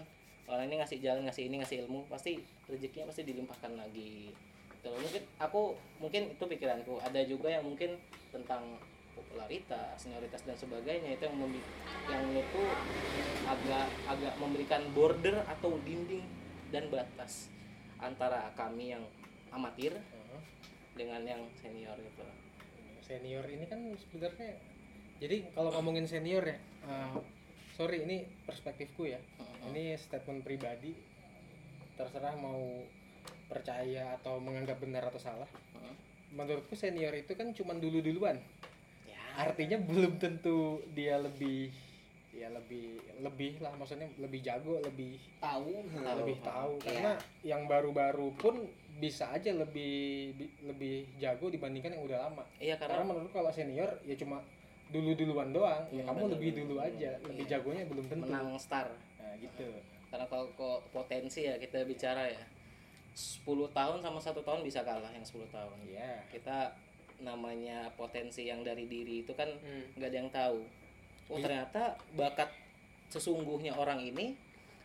[SPEAKER 2] orang ini ngasih jalan ngasih ini ngasih ilmu pasti rezekinya pasti dilimpahkan lagi Gitu. mungkin aku mungkin itu pikiranku ada juga yang mungkin tentang popularitas senioritas dan sebagainya itu yang membi- yang menurutku agak agak memberikan border atau dinding dan batas antara kami yang amatir
[SPEAKER 1] Hmm.
[SPEAKER 2] dengan yang senior gitu
[SPEAKER 1] senior ini kan sebenarnya jadi kalau ngomongin senior ya eh, sorry ini perspektifku ya
[SPEAKER 3] Uh-huh.
[SPEAKER 1] ini statement pribadi terserah mau percaya atau menganggap benar atau salah
[SPEAKER 2] Heeh.
[SPEAKER 1] menurutku senior itu kan cuman dulu duluan
[SPEAKER 2] ya
[SPEAKER 1] artinya belum tentu dia lebih ya lebih lebih lah maksudnya lebih jago lebih
[SPEAKER 3] tahu
[SPEAKER 1] lebih tahu
[SPEAKER 3] Iya.
[SPEAKER 1] karena yang baru-baru pun bisa aja lebih bi- lebih jago dibandingkan yang udah lama
[SPEAKER 2] iya
[SPEAKER 1] karena
[SPEAKER 2] karena
[SPEAKER 1] menurut kalau senior ya cuma dulu duluan doang ya
[SPEAKER 2] Hmm,
[SPEAKER 1] kamu
[SPEAKER 2] bener,
[SPEAKER 1] lebih
[SPEAKER 2] bener,
[SPEAKER 1] dulu
[SPEAKER 2] bener.
[SPEAKER 1] aja lebih
[SPEAKER 2] Iya.
[SPEAKER 1] jagonya belum tentu
[SPEAKER 2] menang star
[SPEAKER 1] nah gitu
[SPEAKER 2] karena kalau kok potensi ya kita bicara ya 10 tahun sama satu tahun bisa kalah yang 10 tahun gitu.
[SPEAKER 4] Iya.
[SPEAKER 2] kita namanya potensi yang dari diri itu kan
[SPEAKER 1] Hmm.
[SPEAKER 2] nggak ada yang tahu
[SPEAKER 1] Iya.
[SPEAKER 2] oh ternyata bakat sesungguhnya orang ini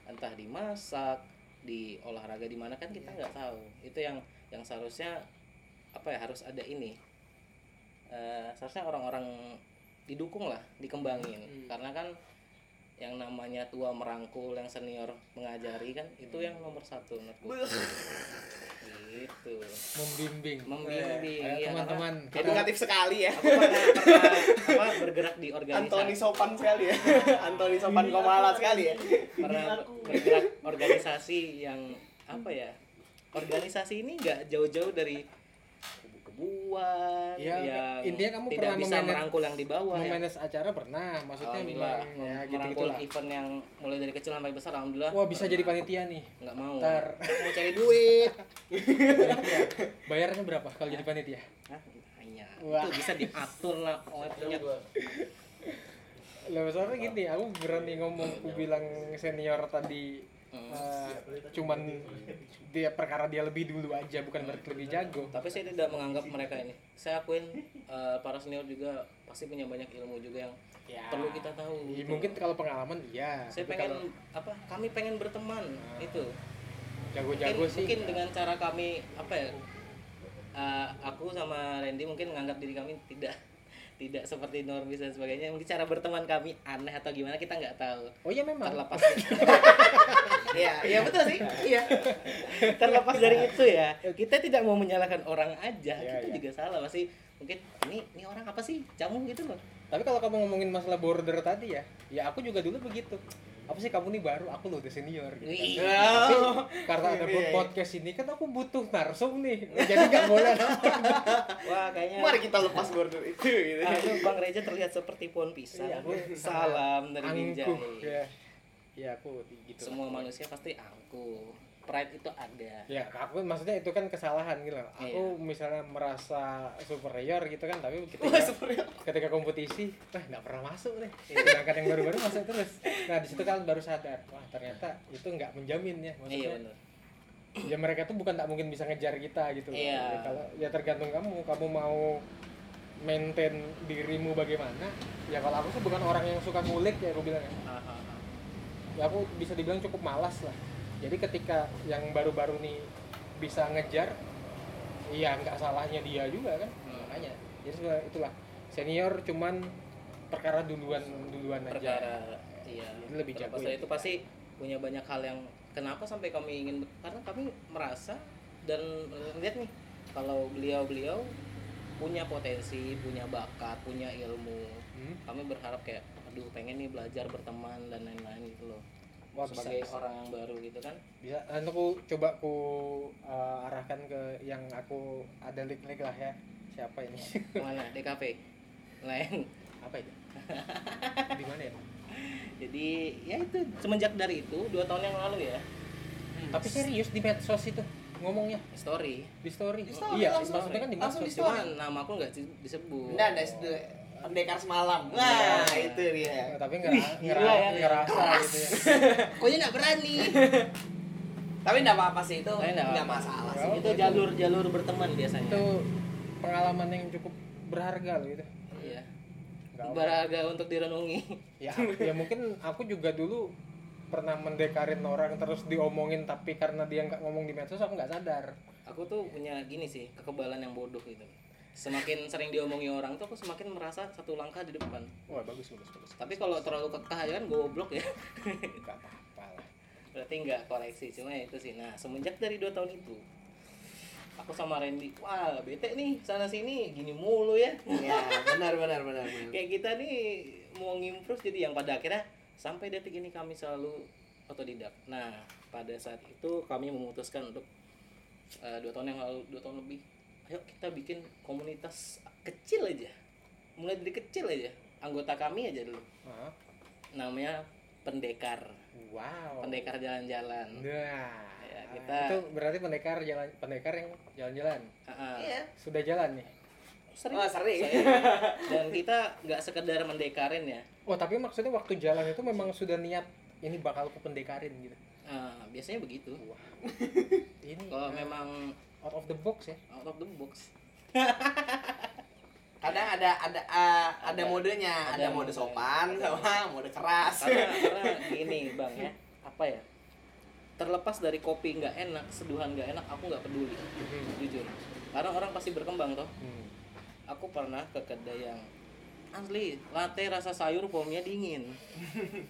[SPEAKER 2] entah dimasak di olahraga di mana kan kita
[SPEAKER 1] Iya.
[SPEAKER 2] nggak tahu itu yang yang seharusnya apa ya harus ada ini Eh, seharusnya orang-orang didukung lah dikembangin
[SPEAKER 1] Hmm.
[SPEAKER 2] karena kan yang namanya tua merangkul yang senior mengajari kan itu
[SPEAKER 1] Hmm.
[SPEAKER 2] yang nomor satu menurut gue gitu
[SPEAKER 1] membimbing Eh,
[SPEAKER 2] membimbing iya, karena-
[SPEAKER 1] teman-teman kita
[SPEAKER 3] Edukatif sekali ya.
[SPEAKER 2] aku pernah, pernah apa, bergerak di
[SPEAKER 3] Anthony
[SPEAKER 2] organisasi
[SPEAKER 3] sopan sekali ya. Anthony sopan komala sekali ya.
[SPEAKER 2] pernah bergerak organisasi yang apa ya organisasi ini nggak jauh-jauh dari kebu-kebuan
[SPEAKER 1] Iya,
[SPEAKER 2] yang
[SPEAKER 1] intinya kamu
[SPEAKER 2] tidak
[SPEAKER 1] pernah
[SPEAKER 2] bisa
[SPEAKER 1] memanage-
[SPEAKER 2] merangkul yang di bawah ya.
[SPEAKER 1] memanage acara pernah maksudnya
[SPEAKER 2] Alhamdulillah
[SPEAKER 1] mem- ya
[SPEAKER 2] mem-
[SPEAKER 1] gitu
[SPEAKER 2] merangkul
[SPEAKER 1] gitulah
[SPEAKER 2] event yang mulai dari kecil sampai besar alhamdulillah
[SPEAKER 1] wah bisa jadi panitia nih
[SPEAKER 2] nggak mau
[SPEAKER 1] Ntar.
[SPEAKER 2] mau cari duit
[SPEAKER 1] Panitia. bayarnya berapa kalau jadi panitia
[SPEAKER 2] Hah? hanya
[SPEAKER 1] Wah.
[SPEAKER 2] itu bisa diatur lah oleh punya
[SPEAKER 1] lah masalahnya gini aku berani ngomong aku bilang senior tadi
[SPEAKER 2] Hmm.
[SPEAKER 1] eh, cuman dia perkara dia lebih dulu aja bukan berarti lebih jago
[SPEAKER 2] tapi saya tidak menganggap mereka ini saya akuin eh, para senior juga pasti punya banyak ilmu juga yang
[SPEAKER 1] Ya.
[SPEAKER 2] perlu kita tahu
[SPEAKER 1] Ya, mungkin kalau pengalaman iya
[SPEAKER 2] saya
[SPEAKER 1] Tapi kalau
[SPEAKER 2] pengen apa kami pengen berteman itu
[SPEAKER 1] jago-jago
[SPEAKER 2] mungkin,
[SPEAKER 1] sih
[SPEAKER 2] mungkin dengan cara kami apa ya eh, aku sama Randy mungkin menganggap diri kami tidak tidak seperti normis dan sebagainya mungkin cara berteman kami aneh atau gimana kita nggak tahu
[SPEAKER 1] oh iya memang
[SPEAKER 2] terlepas
[SPEAKER 3] Iya, iya betul sih. Iya.
[SPEAKER 2] terlepas dari itu ya kita tidak mau menyalahkan orang aja
[SPEAKER 1] Ya,
[SPEAKER 2] kita
[SPEAKER 1] ya.
[SPEAKER 2] juga salah pasti mungkin ini ini orang apa sih kamu gitu loh
[SPEAKER 1] Tapi kalau kamu ngomongin masalah border tadi ya, ya aku juga dulu begitu. Apa sih kamu nih baru, aku loh udah senior gitu. kan.
[SPEAKER 2] Wih.
[SPEAKER 1] Tapi karena ada podcast ini kan aku butuh narsum nih. Jadi nggak boleh.
[SPEAKER 2] wah kayaknya
[SPEAKER 3] Mari kita lepas border itu gitu.
[SPEAKER 2] Aduh, Eh, Bang Reja terlihat seperti pohon pisang.
[SPEAKER 1] Iya, aku
[SPEAKER 2] Salam dari
[SPEAKER 1] Angkuh
[SPEAKER 2] Binjai.
[SPEAKER 1] ya. Ya aku gitu.
[SPEAKER 2] Semua manusia pasti angkuh. Pride itu ada.
[SPEAKER 1] Ya, aku maksudnya itu kan kesalahan gitu. loh. Aku
[SPEAKER 2] Iya.
[SPEAKER 1] misalnya merasa superior gitu kan, tapi
[SPEAKER 2] Oh,
[SPEAKER 1] ketika ketika kompetisi, wah nggak pernah masuk nih.
[SPEAKER 2] Iya.
[SPEAKER 1] Sedangkan yang baru-baru masuk terus. Nah di situ kalian baru sadar, wah ternyata itu nggak menjamin ya.
[SPEAKER 2] Iya
[SPEAKER 1] Maksudnya
[SPEAKER 2] benar.
[SPEAKER 1] ya mereka tuh bukan tak mungkin bisa ngejar kita gitu loh.
[SPEAKER 2] Iya.
[SPEAKER 1] Ya, kalau ya tergantung kamu, kamu mau maintain dirimu bagaimana. Ya kalau aku sih bukan orang yang suka ngulik ya aku bilang ya. Ya aku bisa dibilang cukup malas lah. Jadi ketika yang baru-baru nih bisa ngejar, ya nggak salahnya dia juga kan.
[SPEAKER 2] Hmm.
[SPEAKER 1] Makanya. Jadi sebenarnya itulah senior cuman perkara duluan duluan aja.
[SPEAKER 2] Perkara iya.
[SPEAKER 1] Ini lebih jago ya
[SPEAKER 2] Terlepas dari itu
[SPEAKER 1] kita.
[SPEAKER 2] pasti punya banyak hal yang kenapa sampai kami ingin karena kami merasa dan eh, lihat nih kalau beliau-beliau punya potensi, punya bakat, punya ilmu.
[SPEAKER 1] Hmm.
[SPEAKER 2] Kami berharap kayak aduh pengen nih belajar berteman dan lain-lain gitu loh.
[SPEAKER 1] Wah, bisa,
[SPEAKER 2] Sebagai
[SPEAKER 1] bisa.
[SPEAKER 2] orang yang baru gitu kan.
[SPEAKER 1] bisa nanti aku Ya, anu coba aku eh, arahkan ke yang aku ada link-link lah ya siapa ini
[SPEAKER 2] Kemana? DKP. Lain.
[SPEAKER 1] apa itu di mana ya
[SPEAKER 2] Jadi ya itu semenjak dari itu dua tahun yang lalu ya
[SPEAKER 1] tapi serius di medsos itu ngomongnya
[SPEAKER 2] story.
[SPEAKER 1] di story,
[SPEAKER 3] Di story,
[SPEAKER 1] iya
[SPEAKER 3] langsung
[SPEAKER 1] maksudnya kan di
[SPEAKER 3] langsung
[SPEAKER 1] medsos
[SPEAKER 3] di
[SPEAKER 2] Cuma nama aku nggak di- disebut.
[SPEAKER 3] Nah, dari situ pendekar semalam. Nah, itu
[SPEAKER 1] Nah,
[SPEAKER 3] dia.
[SPEAKER 1] tapi ngera ngera-
[SPEAKER 2] gila ya.
[SPEAKER 1] ngerasa gitu ya
[SPEAKER 2] Pokoknya nggak berani.
[SPEAKER 3] Tapi enggak apa-apa sih itu.
[SPEAKER 2] Tapi nggak
[SPEAKER 3] Enggak
[SPEAKER 2] apa-apa.
[SPEAKER 3] masalah sih.
[SPEAKER 1] Ya,
[SPEAKER 2] itu jalur-jalur berteman biasanya.
[SPEAKER 1] itu pengalaman yang cukup berharga loh itu
[SPEAKER 2] Iya.
[SPEAKER 1] Nggak apa.
[SPEAKER 2] Berharga untuk direnungi.
[SPEAKER 1] ya ya mungkin aku juga dulu pernah mendekarin orang terus diomongin tapi karena dia nggak ngomong di medsos aku nggak sadar
[SPEAKER 2] Aku tuh punya gini sih kekebalan yang bodoh gitu. Semakin sering diomongi orang tuh aku semakin merasa satu langkah di depan.
[SPEAKER 1] wah bagus bagus bagus
[SPEAKER 2] Tapi kalau terlalu kekeh aja kan goblok ya.
[SPEAKER 1] nggak apa-apa lah
[SPEAKER 2] Berarti nggak koreksi cuma ya itu sih. Nah semenjak dari dua tahun itu aku sama Randy, wah bete nih sana sini gini mulu ya.
[SPEAKER 3] Ya, benar benar benar. benar.
[SPEAKER 2] kayak kita nih mau ngimprove jadi yang pada akhirnya sampai detik ini kami selalu otodidak nah pada saat itu kami memutuskan untuk eh, dua tahun yang lalu dua tahun lebih ayo kita bikin komunitas kecil aja mulai dari kecil aja anggota kami aja dulu
[SPEAKER 1] Hah?
[SPEAKER 2] namanya pendekar
[SPEAKER 1] wow
[SPEAKER 2] pendekar jalan-jalan
[SPEAKER 1] Nah,
[SPEAKER 2] Ya, kita-
[SPEAKER 1] itu berarti pendekar jalan pendekar yang jalan-jalan.
[SPEAKER 2] Ah, ah.
[SPEAKER 3] Iya.
[SPEAKER 1] Sudah jalan nih.
[SPEAKER 2] sering
[SPEAKER 3] Oh, sering.
[SPEAKER 2] Sering. dan kita nggak sekedar mendekarin ya
[SPEAKER 1] Oh, tapi maksudnya waktu jalan itu memang sudah niat ini bakal ku pendekarin gitu.
[SPEAKER 2] Nah, biasanya begitu.
[SPEAKER 1] Ini
[SPEAKER 2] Kalau
[SPEAKER 1] eh,
[SPEAKER 2] Oh, memang
[SPEAKER 1] out of the box ya.
[SPEAKER 2] out of the box,
[SPEAKER 3] kadang ada ada eh, ada,
[SPEAKER 2] Ada-
[SPEAKER 3] modenya Iya. ada,
[SPEAKER 2] ada
[SPEAKER 3] mode
[SPEAKER 2] mode.
[SPEAKER 3] sopan sama mode keras
[SPEAKER 2] karena, karena gini bang ya, apa ya? Terlepas dari kopi nggak enak, seduhan nggak enak, aku nggak peduli, jujur. Karena orang pasti berkembang toh.
[SPEAKER 1] Hmm.
[SPEAKER 2] Aku pernah ke kedai yang asli latte rasa sayur foamnya dingin.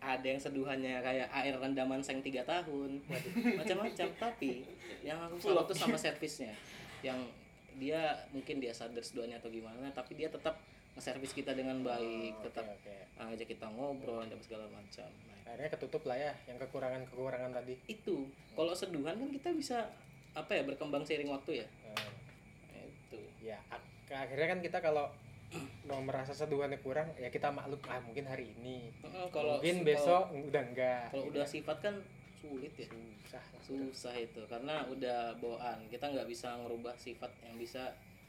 [SPEAKER 2] ada yang seduhannya kayak air rendaman seng 3 tahun macam-macam tapi yang aku salut tuh sama servisnya yang dia mungkin dia sadar seduhannya atau gimana tapi dia tetap nge-service kita dengan baik
[SPEAKER 1] Oke,
[SPEAKER 2] tetap
[SPEAKER 1] Oh,
[SPEAKER 2] ah,
[SPEAKER 1] oke.
[SPEAKER 2] ngajak kita ngobrol dan segala macam nah,
[SPEAKER 1] Akhirnya ketutup lah ya yang kekurangan-kekurangan tadi.
[SPEAKER 2] itu kalau seduhan kan kita bisa apa ya berkembang seiring waktu ya
[SPEAKER 1] Hmm.
[SPEAKER 2] Nah, itu
[SPEAKER 1] ya ak- akhirnya kan kita kalau mau merasa seduhannya kurang ya kita maklum ah mungkin hari ini
[SPEAKER 2] Heeh, kalau
[SPEAKER 1] Hmm, mungkin
[SPEAKER 2] kalau-
[SPEAKER 1] besok udah enggak Gitu. Hmm,
[SPEAKER 2] kalau udah sifat kan sulit ya
[SPEAKER 1] susah lah.
[SPEAKER 2] susah itu karena udah bawaan kita nggak bisa ngerubah sifat yang bisa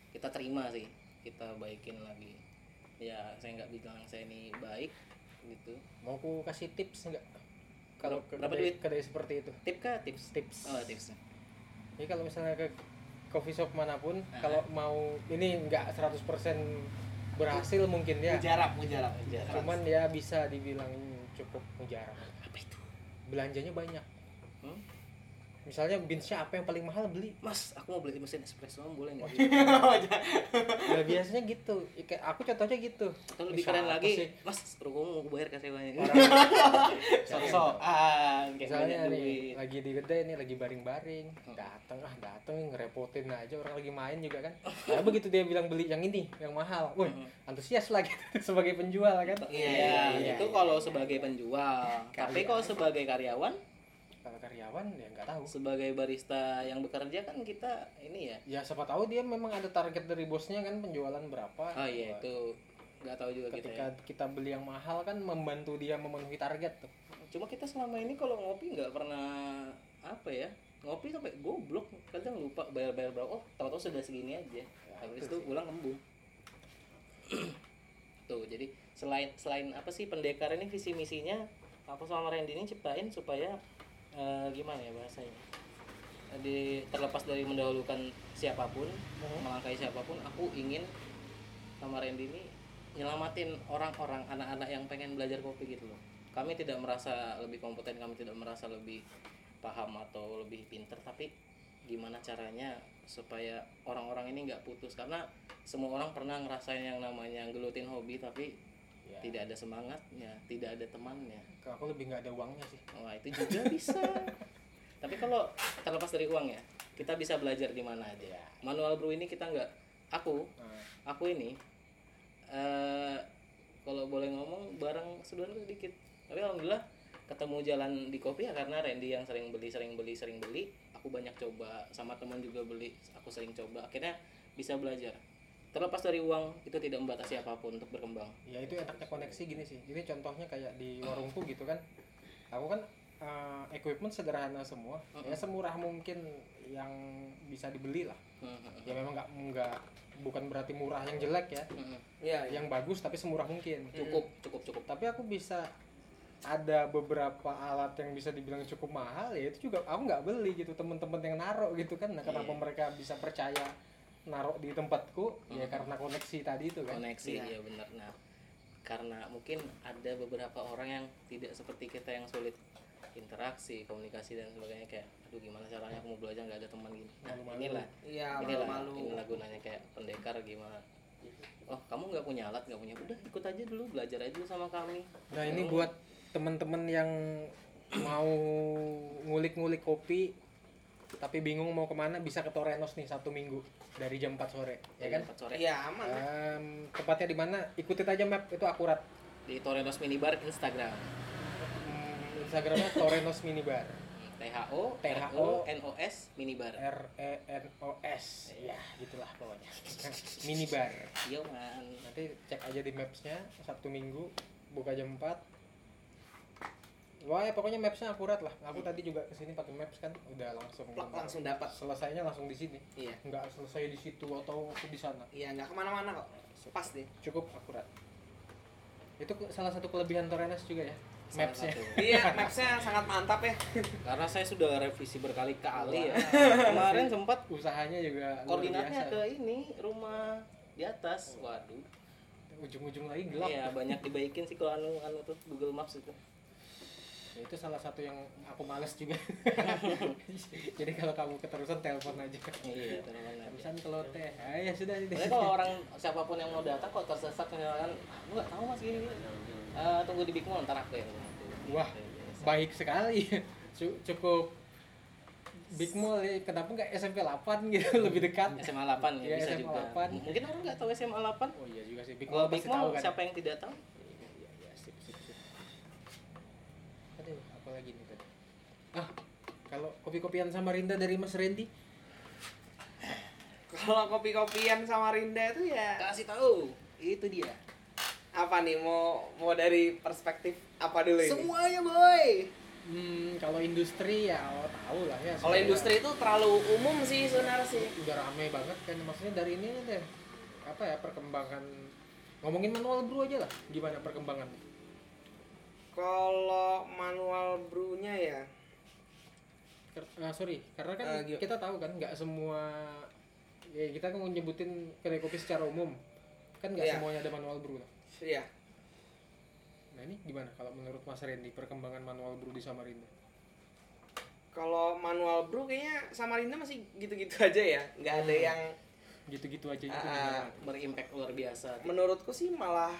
[SPEAKER 2] kita terima sih kita baikin lagi ya saya nggak bilang saya ini baik gitu
[SPEAKER 1] mau ku kasih tips enggak kalau ke
[SPEAKER 2] Berapa
[SPEAKER 1] kedai,
[SPEAKER 2] duit?
[SPEAKER 1] kedai seperti itu
[SPEAKER 2] tip kah tips
[SPEAKER 1] tips
[SPEAKER 2] oh tipsnya
[SPEAKER 1] jadi kalau misalnya ke coffee shop manapun
[SPEAKER 2] Ah.
[SPEAKER 1] kalau mau ini enggak 100% berhasil mungkin ya
[SPEAKER 3] mujarab mujarab
[SPEAKER 2] Mujarab.
[SPEAKER 1] cuman ya bisa dibilang cukup mujarab
[SPEAKER 2] apa itu
[SPEAKER 1] belanjanya banyak
[SPEAKER 2] Hmm?
[SPEAKER 1] misalnya beansnya apa yang paling mahal beli
[SPEAKER 2] mas aku mau beli mesin espresso Om, boleh nggak
[SPEAKER 1] ya biasanya gitu Ika- aku contohnya gitu
[SPEAKER 2] atau lebih
[SPEAKER 1] Bisa
[SPEAKER 2] keren
[SPEAKER 1] apa
[SPEAKER 2] lagi
[SPEAKER 1] sih?
[SPEAKER 2] mas ruko mau bayar kasih banyak
[SPEAKER 1] Orang-
[SPEAKER 2] sosokan kayak banyak
[SPEAKER 1] misalnya nih
[SPEAKER 2] duit
[SPEAKER 1] lagi di kedai nih lagi baring-baring
[SPEAKER 2] Hmm.
[SPEAKER 1] dateng ah dateng ngerepotin aja orang lagi main juga kan nah, begitu dia bilang beli yang ini yang mahal wah
[SPEAKER 2] Hmm.
[SPEAKER 1] antusias lagi sebagai penjual kan
[SPEAKER 2] Iya,
[SPEAKER 3] Iya,
[SPEAKER 1] iya,
[SPEAKER 2] itu
[SPEAKER 1] iya.
[SPEAKER 2] kalau sebagai penjual. Tapi kalau sebagai karyawan,
[SPEAKER 1] kalau karyawan ya nggak tahu
[SPEAKER 2] sebagai barista yang bekerja kan kita ini ya.
[SPEAKER 1] ya siapa tahu dia memang ada target dari bosnya kan penjualan berapa
[SPEAKER 2] Oh iya,
[SPEAKER 1] Wah,
[SPEAKER 2] itu nggak tahu juga kita.
[SPEAKER 1] ketika
[SPEAKER 2] ya.
[SPEAKER 1] kita beli yang mahal kan membantu dia memenuhi target tuh
[SPEAKER 2] Cuma kita selama ini kalau ngopi nggak pernah apa ya? Ngopi sampai goblok, kadang lupa bayar-bayar berapa. Oh, tahu-tahu sudah segini aja.
[SPEAKER 1] Ya,
[SPEAKER 2] Habis itu
[SPEAKER 1] itu sih.
[SPEAKER 2] pulang kembung. Tuh, jadi selain selain apa sih pendekar ini visi misinya aku sama Randy ini ciptain supaya eh, gimana ya bahasanya? Jadi terlepas dari mendahulukan siapapun, melangkai siapapun, aku ingin sama Randy ini nyelamatin orang-orang anak-anak yang pengen belajar kopi gitu loh. Kami tidak merasa lebih kompeten, kami tidak merasa lebih paham atau lebih pinter, tapi gimana caranya supaya orang-orang ini nggak putus karena semua orang pernah ngerasain yang namanya gelutin hobi tapi
[SPEAKER 1] Ya,
[SPEAKER 2] tidak ada semangatnya, tidak ada temannya.
[SPEAKER 1] kalau aku lebih nggak ada uangnya sih
[SPEAKER 2] Wah, itu juga bisa. tapi kalau terlepas dari uang ya, kita bisa belajar di mana
[SPEAKER 1] Ya.
[SPEAKER 2] aja. Manual brew ini kita nggak aku
[SPEAKER 1] Nah,
[SPEAKER 2] aku ini eh kalau boleh ngomong barang seduhan tuh sedikit tapi alhamdulillah ketemu jalan di kopi ya karena Randy yang sering beli sering beli sering beli aku banyak coba sama teman juga beli aku sering coba akhirnya bisa belajar terlepas dari uang itu tidak membatasi apapun untuk berkembang
[SPEAKER 1] ya itu enaknya koneksi gini sih jadi contohnya kayak di warungku gitu kan aku kan eh, equipment sederhana semua ya semurah mungkin yang bisa dibeli lah ya memang nggak nggak bukan berarti murah yang jelek ya
[SPEAKER 3] iya iya.
[SPEAKER 1] yang bagus tapi semurah mungkin
[SPEAKER 2] cukup cukup cukup
[SPEAKER 1] tapi aku bisa ada beberapa alat yang bisa dibilang cukup mahal ya itu juga aku nggak beli gitu temen-temen yang naruh gitu kan nah, kenapa
[SPEAKER 2] Iya.
[SPEAKER 1] mereka bisa percaya naruh di tempatku ya karena koneksi tadi itu kan
[SPEAKER 2] koneksi
[SPEAKER 3] Iya.
[SPEAKER 2] ya benar nah karena mungkin ada beberapa orang yang tidak seperti kita yang sulit interaksi komunikasi dan sebagainya kayak aduh gimana caranya aku mau belajar nggak ada teman gini nah
[SPEAKER 1] Malu-malu.
[SPEAKER 2] inilah
[SPEAKER 3] iya
[SPEAKER 2] inilah
[SPEAKER 3] malu-malu
[SPEAKER 2] inilah gunanya kayak pendekar gimana oh kamu nggak punya alat nggak punya udah ikut aja dulu belajar aja dulu sama kami
[SPEAKER 1] Nah ini buat temen-temen yang mau ngulik-ngulik kopi tapi bingung mau kemana bisa ke Torenos nih satu minggu dari jam 4 sore ya kan?
[SPEAKER 2] Empat sore
[SPEAKER 3] iya aman
[SPEAKER 1] Em, tempatnya di mana? Ikutin aja map itu akurat.
[SPEAKER 2] di Torenos Minibar Instagram
[SPEAKER 1] Hmm, Instagramnya Torenos Minibar.
[SPEAKER 2] THO
[SPEAKER 1] THO,
[SPEAKER 2] NOS Minibar
[SPEAKER 1] R E N O S. Ya gitulah pokoknya. Kan, Minibar.
[SPEAKER 2] iya man
[SPEAKER 1] Nanti cek aja di mapsnya Sabtu Minggu buka jam 4 Wah ya pokoknya mapsnya akurat lah. Aku tadi juga kesini pakai maps kan, udah langsung.
[SPEAKER 3] plak langsung dapat
[SPEAKER 1] selesainya langsung di sini
[SPEAKER 3] iya
[SPEAKER 1] nggak selesai di situ atau aku di sana
[SPEAKER 3] iya nggak kemana-mana kok pas deh
[SPEAKER 1] cukup akurat itu ke- salah satu kelebihan Torenas juga ya
[SPEAKER 2] salah
[SPEAKER 1] Maps-nya.
[SPEAKER 2] satu.
[SPEAKER 3] Iya, mapsnya sangat mantap ya.
[SPEAKER 2] Karena saya sudah revisi berkali-kali ya.
[SPEAKER 1] Wah.
[SPEAKER 2] Kemarin sempat
[SPEAKER 1] usahanya juga luar
[SPEAKER 2] koordinatnya
[SPEAKER 1] biasa.
[SPEAKER 2] ke ini rumah di atas. Waduh.
[SPEAKER 1] ujung-ujung lagi gelap
[SPEAKER 2] Iya, banyak dibaikin sih kalau anu anu tuh Google Maps itu.
[SPEAKER 1] Ya, itu salah satu yang aku males juga jadi kalau kamu keterusan telepon aja
[SPEAKER 2] Iya, teman-teman.
[SPEAKER 1] terusan kalau teh ah, ya sudah ini
[SPEAKER 2] Makanya kalau orang siapapun yang mau datang kok tersesat misalkan, gue nggak tahu mas gini, gini." Eh, tunggu di Big Mall ntar aku yang.
[SPEAKER 1] Wah. baik sekali Cu- cukup big mall ya kenapa nggak SMP 8 gitu lebih dekat
[SPEAKER 2] SMA 8
[SPEAKER 1] Iya,
[SPEAKER 2] ya, bisa
[SPEAKER 1] SMA
[SPEAKER 2] juga.
[SPEAKER 1] 8.
[SPEAKER 2] Mungkin orang nggak tahu SMA 8.
[SPEAKER 1] oh iya juga sih big
[SPEAKER 2] Kalau
[SPEAKER 1] mall
[SPEAKER 2] Big
[SPEAKER 1] pasti tahu
[SPEAKER 2] Mall
[SPEAKER 1] kan
[SPEAKER 2] siapa yang tidak tahu?
[SPEAKER 1] Iya, iya, iya, sip, sip, sip. Aduh, apa lagi nih tadi? Ah, kalau kopi-kopian sama Rinda dari Mas Randy?
[SPEAKER 3] Kalau kopi-kopian sama Rinda itu ya
[SPEAKER 2] Kasih tahu. Itu dia.
[SPEAKER 3] apa nih mau mau dari perspektif apa dulu ini?
[SPEAKER 2] Semuanya boy.
[SPEAKER 1] Hmm, kalau industri ya oh, tahu lah ya.
[SPEAKER 3] Kalau
[SPEAKER 1] sebenarnya.
[SPEAKER 3] industri itu terlalu umum sih sebenarnya sih.
[SPEAKER 1] udah rame banget kan maksudnya dari ini deh apa ya perkembangan ngomongin manual brew aja lah gimana perkembangannya
[SPEAKER 3] Kalau manual brewnya ya
[SPEAKER 1] Ker- ah, sorry karena kan
[SPEAKER 3] Eh, gi-
[SPEAKER 1] kita tahu kan nggak semua ya kita kan nyebutin kedai kopi secara umum kan nggak
[SPEAKER 3] Iya.
[SPEAKER 1] semuanya ada manual brew lah.
[SPEAKER 3] Iya.
[SPEAKER 1] nah ini gimana kalau menurut Mas Randy perkembangan manual brew di Samarinda
[SPEAKER 3] Kalau manual brew kayaknya sama Rinda masih gitu-gitu aja ya. Nggak ada yang
[SPEAKER 1] gitu-gitu aja gitu
[SPEAKER 3] Ah,
[SPEAKER 1] gimana?
[SPEAKER 2] Berimpact luar biasa.
[SPEAKER 3] menurutku sih malah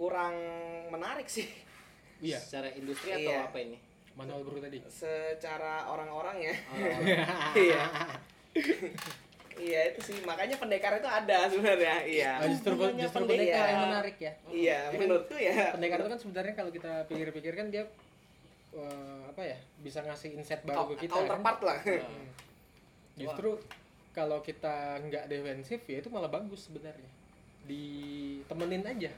[SPEAKER 3] kurang menarik sih
[SPEAKER 1] iya
[SPEAKER 2] Secara industri atau
[SPEAKER 3] Iya.
[SPEAKER 2] apa ini?
[SPEAKER 1] manual brew tadi
[SPEAKER 3] secara orang-orang ya.
[SPEAKER 2] Orang-orang.
[SPEAKER 3] Iya. Iya itu sih makanya pendekar itu ada sebenarnya. Iya.
[SPEAKER 1] Ah, justru
[SPEAKER 2] Hubungannya
[SPEAKER 1] justru
[SPEAKER 2] pendekar.
[SPEAKER 1] pendekar yang menarik ya
[SPEAKER 3] Iya menurutku ya.
[SPEAKER 1] pendekar itu kan sebenarnya kalau kita pikir-pikir kan dia eh, apa ya bisa ngasih insight baru ke kita kan
[SPEAKER 3] counterpart lah.
[SPEAKER 2] Nah,
[SPEAKER 1] justru kalau kita nggak defensif ya itu malah bagus sebenarnya ditemenin aja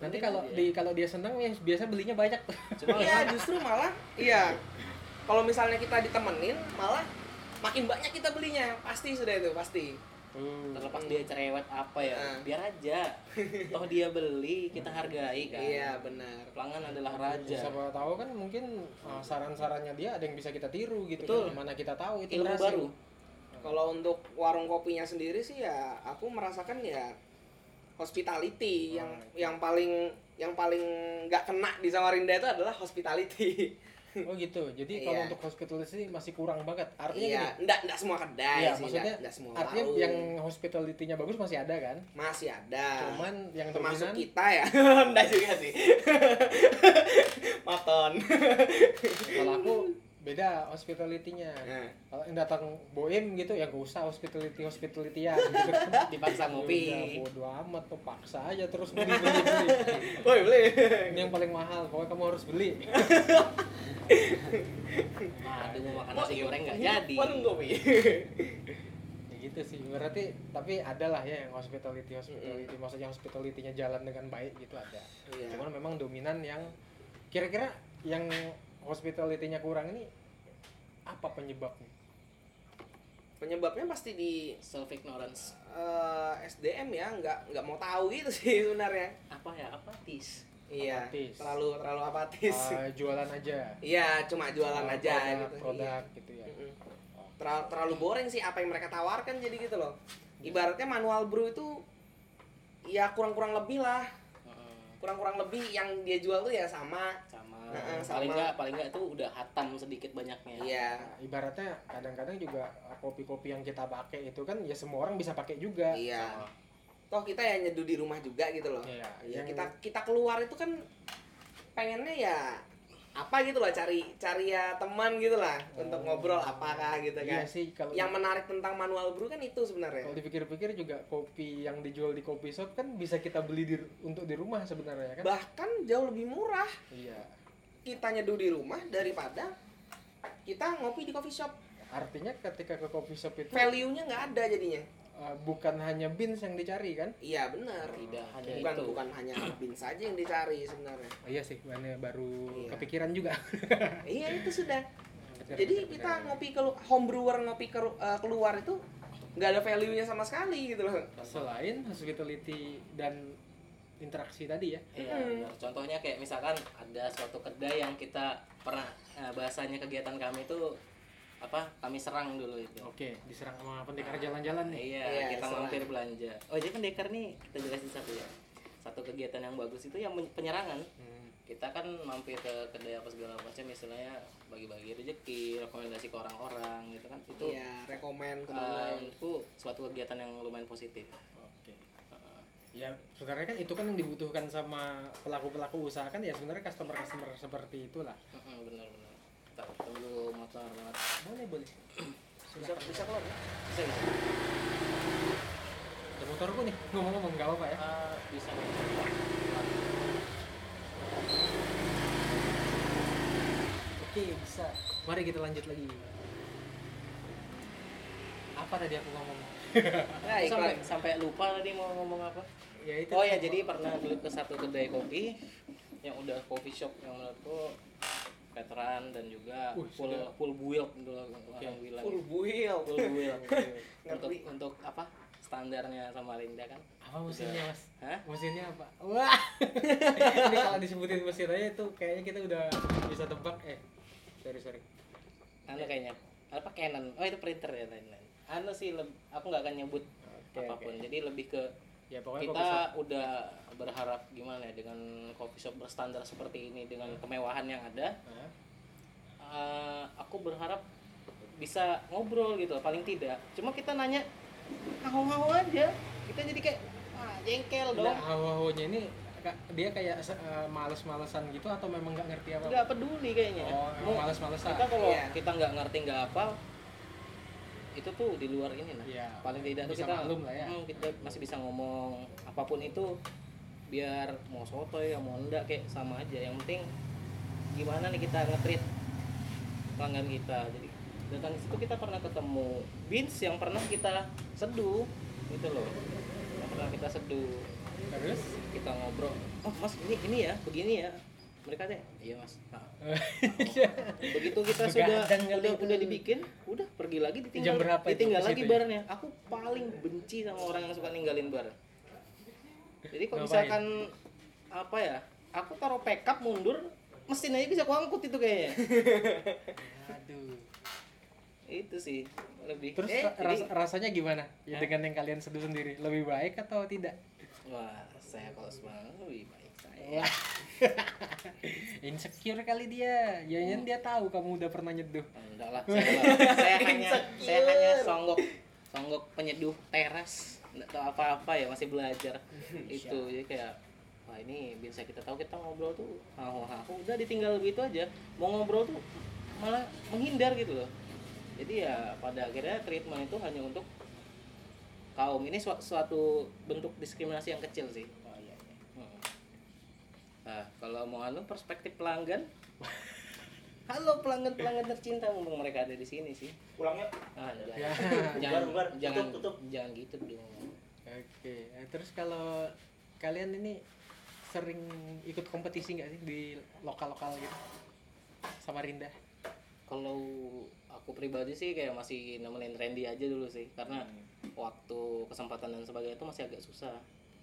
[SPEAKER 1] nanti
[SPEAKER 2] Temenin
[SPEAKER 1] kalau
[SPEAKER 2] aja.
[SPEAKER 1] di kalau dia senang ya biasa belinya banyak tuh
[SPEAKER 2] Cuma
[SPEAKER 3] Iya justru malah iya. Kalau misalnya kita ditemenin malah makin banyak kita belinya pasti sudah itu pasti.
[SPEAKER 2] terlepas dia cerewet apa ya
[SPEAKER 3] Ah.
[SPEAKER 2] biar aja toh dia beli kita hargai kan
[SPEAKER 3] Iya benar.
[SPEAKER 2] pelanggan adalah raja
[SPEAKER 1] siapa tahu kan mungkin uh, saran-sarannya dia ada yang bisa kita tiru gitu
[SPEAKER 2] Betul.
[SPEAKER 1] kan. mana kita tahu itu
[SPEAKER 2] ilmu
[SPEAKER 1] berhasil.
[SPEAKER 2] baru
[SPEAKER 3] Kalau untuk warung kopinya sendiri sih ya aku merasakan ya hospitality
[SPEAKER 1] Oh,
[SPEAKER 3] yang
[SPEAKER 1] iya.
[SPEAKER 3] yang paling yang paling nggak kena di Samarinda itu adalah hospitality.
[SPEAKER 1] oh gitu jadi kalau
[SPEAKER 3] Iya.
[SPEAKER 1] untuk hospitality masih kurang banget artinya
[SPEAKER 3] Iya,
[SPEAKER 1] gini,
[SPEAKER 3] enggak enggak semua kedai
[SPEAKER 1] Iya,
[SPEAKER 3] sih,
[SPEAKER 1] maksudnya
[SPEAKER 3] enggak, enggak semua
[SPEAKER 1] artinya
[SPEAKER 3] warung.
[SPEAKER 1] yang hospitality-nya bagus masih ada kan
[SPEAKER 3] masih ada.
[SPEAKER 2] Ah,
[SPEAKER 1] cuman yang
[SPEAKER 3] termasuk
[SPEAKER 1] dominan
[SPEAKER 3] kita ya. enggak juga sih. Maton.
[SPEAKER 1] kalau aku beda hospitality-nya
[SPEAKER 2] Iya.
[SPEAKER 3] Nah,
[SPEAKER 1] kalau yang datang boem gitu ya gak usah hospitality hospitality ya
[SPEAKER 2] dipaksa ngopi
[SPEAKER 1] bodo amat tuh paksa aja terus beli beli beli
[SPEAKER 3] Woi, boleh.
[SPEAKER 1] ini yang paling mahal pokoknya kamu harus beli
[SPEAKER 2] Nah, aduh mau makan nasi goreng nggak jadi
[SPEAKER 3] Warung kopi.
[SPEAKER 1] ya gitu sih berarti tapi ada lah ya yang hospitality hospitality maksudnya hospitality-nya jalan dengan baik gitu ada
[SPEAKER 3] Iya.
[SPEAKER 1] cuman memang dominan yang kira-kira yang hospitality-nya kurang ini apa penyebabnya
[SPEAKER 3] Penyebabnya pasti di
[SPEAKER 2] self ignorance
[SPEAKER 3] eh, SDM ya, enggak enggak mau tahu gitu sih sebenarnya.
[SPEAKER 2] apa ya apatis
[SPEAKER 3] Iya,
[SPEAKER 1] Apatis.
[SPEAKER 3] terlalu terlalu apatis.
[SPEAKER 1] Eh, jualan aja
[SPEAKER 3] Iya, cuma jualan
[SPEAKER 1] Eh,
[SPEAKER 3] aja
[SPEAKER 1] produk,
[SPEAKER 3] gitu.
[SPEAKER 1] produk gitu ya
[SPEAKER 3] Iya. Mm-mm. Terlalu, terlalu boring sih apa yang mereka tawarkan jadi gitu loh.
[SPEAKER 1] Iya.
[SPEAKER 3] Ibaratnya manual brew itu ya kurang-kurang lebih lah.
[SPEAKER 2] Heeh.
[SPEAKER 3] Kurang-kurang lebih yang dia jual tuh ya sama.
[SPEAKER 2] sama
[SPEAKER 3] Heeh, Ah, sama.
[SPEAKER 2] paling nggak paling nggak tuh udah hatam sedikit banyaknya
[SPEAKER 1] Nah,
[SPEAKER 3] Iya.
[SPEAKER 1] ibaratnya kadang-kadang juga eh, kopi-kopi yang kita pakai itu kan ya semua orang bisa pakai juga
[SPEAKER 3] Iya.
[SPEAKER 2] Sama.
[SPEAKER 3] Toh kita ya nyeduh di rumah juga gitu loh.
[SPEAKER 1] Iya,
[SPEAKER 3] Ya,
[SPEAKER 1] yang-
[SPEAKER 3] kita kita keluar itu kan pengennya ya apa gitu loh cari cari ya teman gitu lah untuk
[SPEAKER 1] Oh.
[SPEAKER 3] ngobrol apakah gitu
[SPEAKER 1] iya
[SPEAKER 3] kan.
[SPEAKER 1] sih kalau
[SPEAKER 3] Yang menarik tentang manual brew kan itu sebenarnya.
[SPEAKER 1] kalau dipikir-pikir juga kopi yang dijual di kopi shop kan bisa kita beli di, untuk di rumah sebenarnya kan
[SPEAKER 3] Bahkan jauh lebih murah
[SPEAKER 1] iya
[SPEAKER 3] kita nyeduh di rumah daripada kita ngopi di coffee shop
[SPEAKER 1] artinya ketika ke kopi shop itu
[SPEAKER 3] value-nya nggak ada jadinya
[SPEAKER 1] eh, bukan hanya beans yang dicari kan
[SPEAKER 3] iya benar
[SPEAKER 2] tidak gitu. hanya
[SPEAKER 3] bukan
[SPEAKER 2] itu
[SPEAKER 3] bukan hanya bin saja yang dicari sebenarnya
[SPEAKER 1] Oh, iya sih mana baru
[SPEAKER 3] Iya.
[SPEAKER 1] kepikiran juga
[SPEAKER 3] iya itu sudah jadi kita ngopi ke home brewer ngopi ke, eh, keluar itu nggak ada value-nya sama sekali gitu loh
[SPEAKER 1] selain hospitality dan interaksi tadi ya
[SPEAKER 2] Iya,
[SPEAKER 3] Hmm.
[SPEAKER 2] benar. Contohnya kayak misalkan ada suatu kedai yang kita pernah eh, bahasanya kegiatan kami itu apa? Kami serang dulu itu.
[SPEAKER 1] oke diserang sama pendekar jalan-jalan nih
[SPEAKER 2] Iya,
[SPEAKER 3] Iya,
[SPEAKER 2] kita
[SPEAKER 3] serang.
[SPEAKER 2] mampir belanja. Oh, jadi pendekar nih kita jelasin satu ya. Satu kegiatan yang bagus itu yang men- penyerangan.
[SPEAKER 1] Hmm,
[SPEAKER 2] Kita kan mampir ke kedai apa segala macam misalnya bagi-bagi rezeki, rekomendasi ke orang-orang gitu kan. Itu
[SPEAKER 3] Iya, rekomen
[SPEAKER 2] eh,
[SPEAKER 3] kemana?
[SPEAKER 2] menurutku suatu kegiatan yang lumayan positif.
[SPEAKER 1] oke ya sebenarnya kan itu kan yang dibutuhkan sama pelaku-pelaku usaha kan ya sebenarnya customer-customer seperti itulah
[SPEAKER 2] Mm-mm, Benar-benar. Tak tunggu motor banget.
[SPEAKER 1] boleh boleh
[SPEAKER 3] bisa bisa keluar ya?
[SPEAKER 2] Bisa bisa.
[SPEAKER 1] ada motorku nih ngomong-ngomong gak apa-apa ya
[SPEAKER 2] Eh, bisa.
[SPEAKER 1] oke bisa mari kita lanjut lagi apa tadi aku ngomong
[SPEAKER 3] Nah,
[SPEAKER 2] sampai
[SPEAKER 3] iklan.
[SPEAKER 2] sampai lupa tadi mau ngomong apa
[SPEAKER 1] ya itu
[SPEAKER 2] oh ya jadi pernah dulu ke satu kedai kopi yang udah coffee shop yang menurutku veteran dan juga
[SPEAKER 1] Wih,
[SPEAKER 2] full
[SPEAKER 1] sudah.
[SPEAKER 2] full build dulu orang bilang gitu.
[SPEAKER 3] Full buil.
[SPEAKER 2] full build untuk
[SPEAKER 3] Ngerti.
[SPEAKER 2] untuk apa standarnya sama Linda kan
[SPEAKER 1] apa mesinnya mas
[SPEAKER 2] Hah?
[SPEAKER 1] mesinnya apa wah ini kalau disebutin mesin aja itu kayaknya kita udah bisa tebak eh sorry sorry
[SPEAKER 2] anu kayaknya apa Canon oh itu printer ya lain-lain anu sih leb- aku nggak akan nyebut
[SPEAKER 1] Oke,
[SPEAKER 2] apapun jadi lebih ke
[SPEAKER 1] ya pokoknya
[SPEAKER 2] kita
[SPEAKER 1] kita
[SPEAKER 2] udah berharap gimana ya dengan coffee shop berstandar seperti ini dengan kemewahan yang ada Eh, aku berharap bisa ngobrol gitu paling tidak cuma kita nanya ngawang-ngawang aja kita jadi kayak ah, jengkel
[SPEAKER 1] nah
[SPEAKER 2] dong
[SPEAKER 1] hawa-hawanya ini ka- dia kayak se- eh, males-malesan gitu atau memang nggak ngerti apa
[SPEAKER 2] nggak peduli kayaknya
[SPEAKER 1] oh emang
[SPEAKER 2] Mau-
[SPEAKER 1] males-malesan
[SPEAKER 2] kita kalau
[SPEAKER 3] Iya.
[SPEAKER 2] kita nggak ngerti nggak apa itu tuh di luar ini nah
[SPEAKER 1] Iya,
[SPEAKER 2] paling tidak tuh
[SPEAKER 1] bisa
[SPEAKER 2] kita
[SPEAKER 1] maklum lah ya.
[SPEAKER 2] hmm, kita masih bisa ngomong apapun itu biar mau soto ya mau enggak kayak sama aja yang penting gimana nih kita ngetrit pelanggan kita jadi datang situ kita pernah ketemu beans yang pernah kita seduh gitu loh yang pernah kita seduh
[SPEAKER 1] terus
[SPEAKER 2] kita ngobrol oh mas ini ini ya begini ya mereka teh iya mas Nah, begitu kita sudah
[SPEAKER 1] Begadang kali
[SPEAKER 2] udah,
[SPEAKER 1] itu.
[SPEAKER 2] udah dibikin udah pergi lagi ditinggal
[SPEAKER 1] Jam berapa itu
[SPEAKER 2] ditinggal
[SPEAKER 1] ke
[SPEAKER 2] lagi
[SPEAKER 1] situ ya?
[SPEAKER 2] barnya aku paling benci sama orang yang suka ninggalin bar jadi kalau
[SPEAKER 1] Ngapain?
[SPEAKER 2] misalkan apa ya aku taruh backup mundur mesin aja bisa kuangkut itu kayaknya
[SPEAKER 1] aduh
[SPEAKER 2] itu sih lebih
[SPEAKER 1] terus
[SPEAKER 2] Eh,
[SPEAKER 1] ra- ras-
[SPEAKER 2] jadi-
[SPEAKER 1] rasanya gimana ya,
[SPEAKER 2] Hah?
[SPEAKER 1] dengan yang kalian seduh sendiri lebih baik atau tidak
[SPEAKER 2] wah saya kalau semangat lebih baik saya
[SPEAKER 1] Wah. insecure kali dia ya yang dia tahu kamu udah pernah nyeduh
[SPEAKER 2] enggak lah saya, lah. saya hanya saya
[SPEAKER 3] Insecure.
[SPEAKER 2] hanya songgok songgok penyeduh teras nggak tahu apa-apa ya masih belajar itu jadi kayak wah ini bisa kita tahu kita ngobrol tuh hahu hahu udah ditinggal begitu aja mau ngobrol tuh malah menghindar gitu loh jadi ya pada akhirnya treatment itu hanya untuk kaum ini sua- suatu bentuk diskriminasi yang kecil sih
[SPEAKER 4] Oh, iya,
[SPEAKER 2] Hmm. Nah, kalau mau anu perspektif pelanggan Halo pelanggan-pelanggan tercinta, mumpung mereka ada di sini sih.
[SPEAKER 4] pulangnya
[SPEAKER 2] Ah, jangan,
[SPEAKER 1] Ya.
[SPEAKER 2] jangan,
[SPEAKER 4] Bubar, bubar.
[SPEAKER 2] jangan,
[SPEAKER 4] Tutup, tutup.
[SPEAKER 2] jangan gitu dong.
[SPEAKER 1] Oke, eh, terus kalau kalian ini sering ikut kompetisi nggak sih di lokal-lokal gitu? Sama Rinda.
[SPEAKER 2] Kalau aku pribadi sih kayak masih nemenin Randy aja dulu sih, karena
[SPEAKER 4] Hmm.
[SPEAKER 2] waktu kesempatan dan sebagainya itu masih agak susah.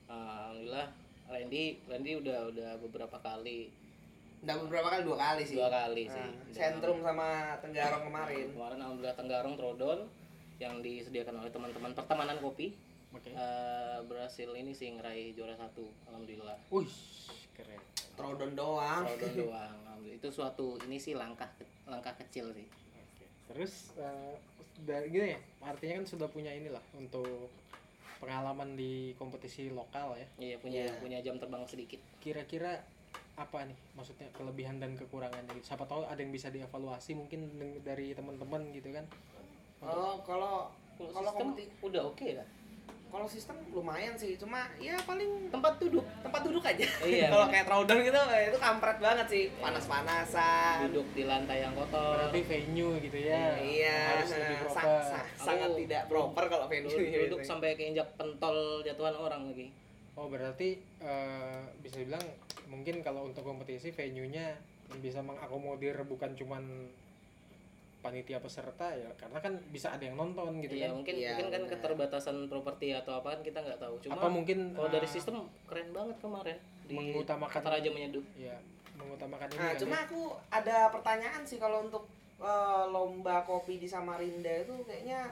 [SPEAKER 2] Nah, Alhamdulillah Randy, Randy udah udah beberapa kali,
[SPEAKER 3] Udah beberapa kali dua kali sih.
[SPEAKER 2] dua kali sih.
[SPEAKER 4] Ah,
[SPEAKER 3] Nah,
[SPEAKER 2] Dan-
[SPEAKER 3] sentrum sama Tenggarong kemarin.
[SPEAKER 2] Kemarin alhamdulillah Tenggarong Trodol yang disediakan oleh teman-teman pertemanan kopi
[SPEAKER 1] Oke.
[SPEAKER 2] eh, berhasil ini sih ngeraih juara satu alhamdulillah
[SPEAKER 1] Wih, keren.
[SPEAKER 3] Trodon doang.
[SPEAKER 2] Trodol doang alhamdulillah. itu suatu ini sih langkah ke- langkah kecil sih
[SPEAKER 1] Oke. Terus eh, dari gini ya, artinya kan sudah punya inilah untuk pengalaman di kompetisi lokal ya.
[SPEAKER 2] iya punya
[SPEAKER 3] Iya.
[SPEAKER 2] punya jam terbang sedikit
[SPEAKER 1] Kira-kira apa nih maksudnya kelebihan dan kekurangannya gitu. Siapa tahu ada yang bisa dievaluasi mungkin deng- dari teman-teman gitu kan.
[SPEAKER 3] Oh, kalau
[SPEAKER 2] kalau
[SPEAKER 3] Kalau
[SPEAKER 2] sistem
[SPEAKER 3] kompeti-
[SPEAKER 2] udah oke lah
[SPEAKER 3] kalau sistem lumayan sih, cuma ya paling
[SPEAKER 2] tempat duduk
[SPEAKER 3] tempat duduk aja.
[SPEAKER 2] Iya.
[SPEAKER 3] kalau kayak Trodon gitu eh, itu kampret banget sih, panas-panasan.
[SPEAKER 2] duduk di lantai yang kotor
[SPEAKER 1] Berarti venue gitu ya.
[SPEAKER 3] Iya,
[SPEAKER 1] Harus lebih
[SPEAKER 3] nah, sa-
[SPEAKER 1] proper. Iya,
[SPEAKER 3] sa-
[SPEAKER 2] Aku-
[SPEAKER 3] sangat tidak proper kalau venue
[SPEAKER 2] duduk,
[SPEAKER 3] gitu.
[SPEAKER 2] duduk sampai keinjak pentol jatuhan orang lagi
[SPEAKER 1] Oh berarti eh, bisa dibilang mungkin kalau untuk kompetisi venue-nya bisa mengakomodir bukan cuman panitia peserta ya karena kan bisa ada yang nonton gitu kan
[SPEAKER 2] Iya, mungkin
[SPEAKER 3] Iya,
[SPEAKER 2] mungkin kan
[SPEAKER 3] benar.
[SPEAKER 2] keterbatasan properti atau apa kan kita nggak tahu. Cuma
[SPEAKER 1] apa mungkin
[SPEAKER 2] kalau dari
[SPEAKER 1] eh,
[SPEAKER 2] sistem keren banget kemarin di
[SPEAKER 1] mengutamakan
[SPEAKER 2] Qatar aja menyeduh.
[SPEAKER 1] ya mengutamakan ini
[SPEAKER 3] Nah,
[SPEAKER 1] kan
[SPEAKER 3] cuma aku ada pertanyaan sih kalau untuk eh, lomba kopi di Samarinda itu kayaknya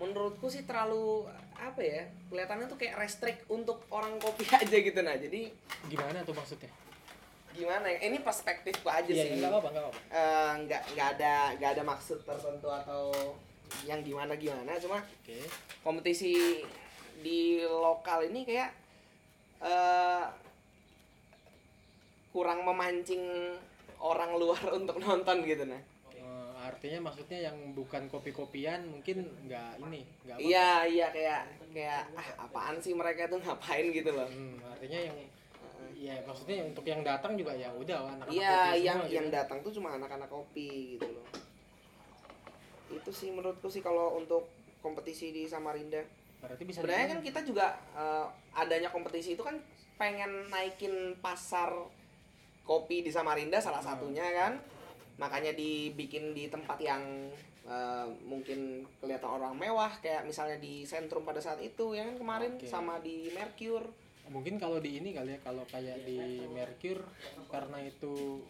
[SPEAKER 3] menurutku sih terlalu apa ya? Kelihatannya tuh kayak restrict untuk orang kopi aja gitu nah. Jadi
[SPEAKER 1] ya. gimana tuh maksudnya
[SPEAKER 3] gimana ya? Ini perspektifku aja
[SPEAKER 1] Iya,
[SPEAKER 3] sih.
[SPEAKER 1] nggak apa-apa nggak apa-apa
[SPEAKER 3] Eh, nggak nggak ada nggak ada maksud tertentu atau yang gimana gimana cuma
[SPEAKER 1] oke
[SPEAKER 3] kompetisi di lokal ini kayak eh, kurang memancing orang luar untuk nonton gitu nah
[SPEAKER 1] Eh, artinya maksudnya yang bukan kopi-kopian mungkin nggak ini nggak apa
[SPEAKER 3] iya iya kayak kayak ah apaan sih mereka tuh ngapain gitu loh
[SPEAKER 1] Hmm, artinya yang ya maksudnya untuk yang datang juga ya udah anak-anak
[SPEAKER 3] iya
[SPEAKER 1] kopi semua
[SPEAKER 3] yang
[SPEAKER 1] gitu.
[SPEAKER 3] yang datang tuh cuma anak-anak kopi gitu loh itu sih menurutku sih kalau untuk kompetisi di Samarinda
[SPEAKER 1] berarti bisa
[SPEAKER 3] sebenarnya kan kita juga eh, adanya kompetisi itu kan pengen naikin pasar kopi di Samarinda salah
[SPEAKER 1] Hmm.
[SPEAKER 3] satunya kan makanya dibikin di tempat yang eh, mungkin kelihatan orang mewah kayak misalnya di sentrum pada saat itu ya kan kemarin
[SPEAKER 1] Oke.
[SPEAKER 3] sama di Mercure
[SPEAKER 1] mungkin kalau di ini kali ya kalau kayak di Mercure karena itu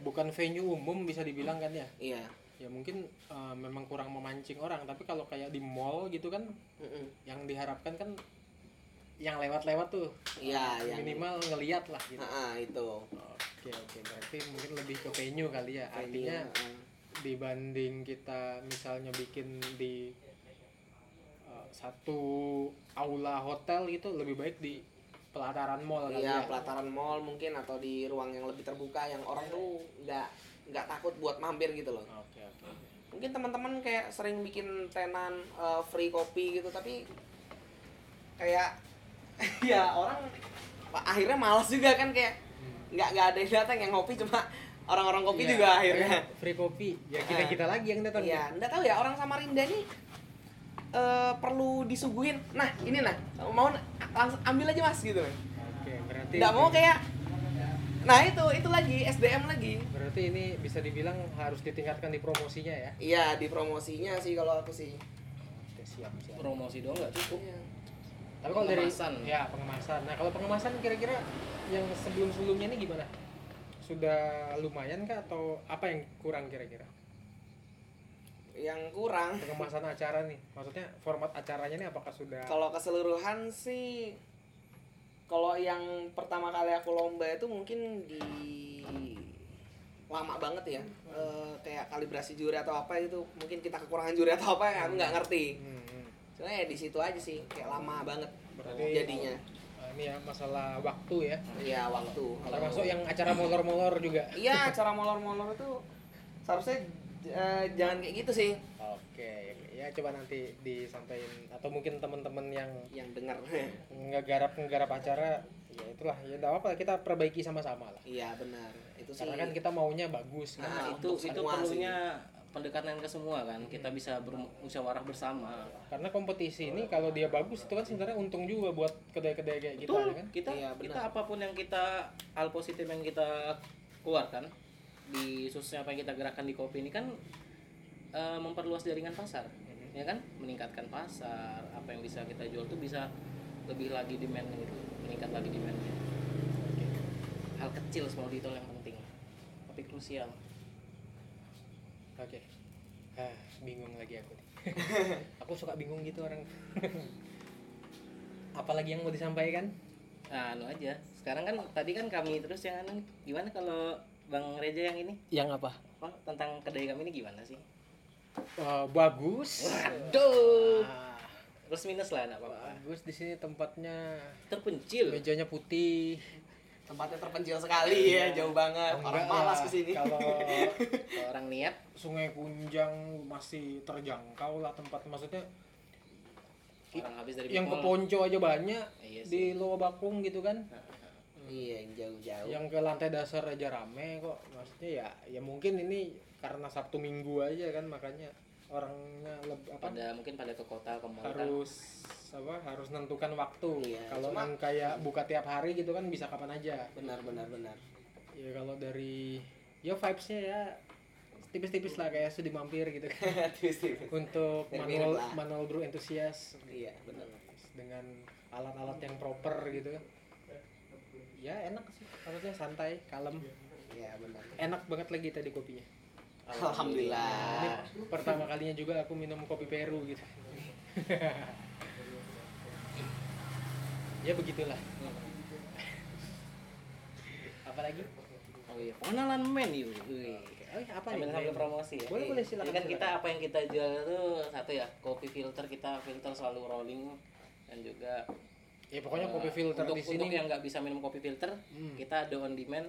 [SPEAKER 1] bukan venue umum bisa dibilang kan ya
[SPEAKER 3] iya
[SPEAKER 1] ya mungkin eh, memang kurang memancing orang tapi kalau kayak di mall gitu kan
[SPEAKER 3] Mm-mm.
[SPEAKER 1] yang diharapkan kan yang lewat-lewat tuh
[SPEAKER 3] iya yang
[SPEAKER 1] minimal ngeliat lah gitu
[SPEAKER 3] Ah, ah, itu
[SPEAKER 1] oke oke berarti mungkin lebih ke venue kali ya
[SPEAKER 3] Venue,
[SPEAKER 1] artinya
[SPEAKER 3] ah.
[SPEAKER 1] dibanding kita misalnya bikin di eh, satu aula hotel gitu lebih baik di pelataran mall kali
[SPEAKER 3] Iya
[SPEAKER 1] ya.
[SPEAKER 3] pelataran mall mungkin atau di ruang yang lebih terbuka yang orang tuh nggak nggak takut buat mampir gitu loh.
[SPEAKER 1] Oke oke.
[SPEAKER 3] Mungkin teman-teman kayak sering bikin tenan eh, free kopi gitu tapi kayak ya orang akhirnya malas juga kan kayak
[SPEAKER 1] Hmm.
[SPEAKER 3] nggak nggak ada yang datang yang ngopi cuma orang-orang kopi
[SPEAKER 1] Iya,
[SPEAKER 3] juga akhirnya.
[SPEAKER 1] free kopi ya kita kita lagi yang datang
[SPEAKER 3] Iya, nggak tahu ya orang Samarinda nih eh, perlu disuguhin. Nah ini nah mau langsung ambil aja mas gitu.
[SPEAKER 1] oke berarti
[SPEAKER 3] Nggak mau kayak nah itu itu lagi SDM lagi.
[SPEAKER 1] berarti ini bisa dibilang harus ditingkatkan di promosinya ya
[SPEAKER 3] Iya di promosinya sih kalau aku sih.
[SPEAKER 1] oke siap siap
[SPEAKER 2] Promosi doang nggak cukup.
[SPEAKER 1] Iya. tapi kalau dari
[SPEAKER 2] Pengemasan.
[SPEAKER 1] ya pengemasan nah kalau pengemasan kira-kira yang sebelum sebelumnya ini gimana sudah lumayan kah atau apa yang kurang kira-kira
[SPEAKER 3] Yang kurang
[SPEAKER 1] pengemasan acara nih maksudnya format acaranya nih apakah sudah
[SPEAKER 3] kalau keseluruhan sih kalau yang pertama kali aku lomba itu mungkin di lama banget ya Eh, kayak kalibrasi juri atau apa itu mungkin kita kekurangan juri atau apa ya aku nggak ngerti
[SPEAKER 1] Hmm, hmm.
[SPEAKER 3] cuma ya di situ aja sih kayak lama banget
[SPEAKER 1] Berarti
[SPEAKER 3] jadinya
[SPEAKER 1] eh, ini ya masalah waktu ya
[SPEAKER 3] iya waktu
[SPEAKER 1] termasuk yang acara molor-molor juga
[SPEAKER 3] iya cara molor-molor itu seharusnya eh, jangan kayak gitu sih
[SPEAKER 1] Oke, ya coba nanti disampaikan atau mungkin teman-teman yang
[SPEAKER 3] yang dengar
[SPEAKER 1] ngegarap ngegarap acara ya itulah ya enggak apa-apa kita perbaiki sama-sama lah.
[SPEAKER 3] iya benar itu sih
[SPEAKER 1] Karena kan kita maunya bagus kan.
[SPEAKER 3] Nah,
[SPEAKER 2] Nah,
[SPEAKER 3] itu-
[SPEAKER 2] itu
[SPEAKER 3] itu
[SPEAKER 2] itu
[SPEAKER 3] semua sih.
[SPEAKER 2] perlunya pendekatan ke semua kan. Kita bisa bermusyawarah bersama.
[SPEAKER 1] Karena kompetisi ini kalau dia bagus itu kan sebenarnya untung juga buat kedai-kedai kayak kita
[SPEAKER 2] Betul.
[SPEAKER 1] ya kan.
[SPEAKER 2] Kita
[SPEAKER 3] Iya, benar.
[SPEAKER 2] kita apapun yang kita hal positif yang kita keluarkan di khususnya apa yang kita gerakan di kopi ini kan eh, memperluas jaringan pasar.
[SPEAKER 3] Mhm.
[SPEAKER 2] Ya kan? Meningkatkan pasar, apa yang bisa kita jual tuh bisa lebih lagi demand gitu, meningkat lagi demandnya. Hal kecil small detail yang penting, tapi krusial.
[SPEAKER 1] Oke. Ah, bingung lagi aku nih. aku suka bingung gitu orang. Apalagi yang mau disampaikan?
[SPEAKER 2] Nah, anu aja. Sekarang kan tadi kan kami terus yang anu gimana kalau Bang Reja yang ini
[SPEAKER 1] Yang apa?
[SPEAKER 2] Bang, tentang kedai kami ini gimana sih?
[SPEAKER 1] Eh, bagus.
[SPEAKER 2] Aduh.
[SPEAKER 1] Ah,
[SPEAKER 2] Plus minus lah enggak apa-apa.
[SPEAKER 1] bagus di sini tempatnya
[SPEAKER 2] Terpencil.
[SPEAKER 1] mejanya putih
[SPEAKER 3] tempatnya terpencil sekali ya jauh banget orang malas
[SPEAKER 1] ke sini
[SPEAKER 3] kesini
[SPEAKER 1] kalau
[SPEAKER 2] Kalau orang niat
[SPEAKER 1] sungai kunjang masih terjangkau lah tempat maksudnya
[SPEAKER 2] orang habis dari
[SPEAKER 1] Iya. yang ke
[SPEAKER 2] Big Mall.
[SPEAKER 1] Ponco aja banyak
[SPEAKER 2] Iya
[SPEAKER 1] di
[SPEAKER 2] sih.
[SPEAKER 1] Loa Bakung gitu kan
[SPEAKER 3] iya yang jauh-jauh
[SPEAKER 1] yang ke lantai dasar aja rame kok maksudnya ya ya mungkin ini karena Sabtu Minggu aja kan makanya orangnya lebih apa
[SPEAKER 2] pada mungkin pada ke kota ke mall kan.
[SPEAKER 1] harus apa harus nentukan waktu
[SPEAKER 3] Iya,
[SPEAKER 1] kalau
[SPEAKER 3] cuma-
[SPEAKER 1] yang kayak buka tiap hari gitu kan bisa kapan aja
[SPEAKER 3] benar benar benar
[SPEAKER 1] ya kalau dari ya vibesnya ya tipis-tipis lah kayak studi mampir gitu kan
[SPEAKER 3] Tipis-tipis.
[SPEAKER 1] untuk manual
[SPEAKER 3] Mirip-mirip lah.
[SPEAKER 1] manual brew entusias
[SPEAKER 3] Iya, benar.
[SPEAKER 1] dengan alat-alat yang proper gitu kan ya enak sih maksudnya santai kalem
[SPEAKER 3] Iya, benar.
[SPEAKER 1] enak banget lagi tadi kopinya ini
[SPEAKER 3] Alhamdulillah.
[SPEAKER 1] pertama kalinya juga aku minum kopi Peru gitu ya begitulah
[SPEAKER 3] Hmm.
[SPEAKER 1] apalagi
[SPEAKER 2] Oh iya, pengenalan menu.
[SPEAKER 1] Oke, oh, apa nih
[SPEAKER 2] Sambil sambil promosi ya.
[SPEAKER 1] Boleh,
[SPEAKER 2] Iya.
[SPEAKER 1] boleh, silakan,
[SPEAKER 2] Ini kan kita
[SPEAKER 1] silakan.
[SPEAKER 2] apa yang kita jual itu satu ya, kopi filter kita filter selalu rolling dan juga
[SPEAKER 1] ya pokoknya
[SPEAKER 2] eh,
[SPEAKER 1] kopi filter
[SPEAKER 2] untuk,
[SPEAKER 1] di sini
[SPEAKER 2] untuk yang nggak bisa minum kopi filter,
[SPEAKER 1] Hmm.
[SPEAKER 2] kita ada on demand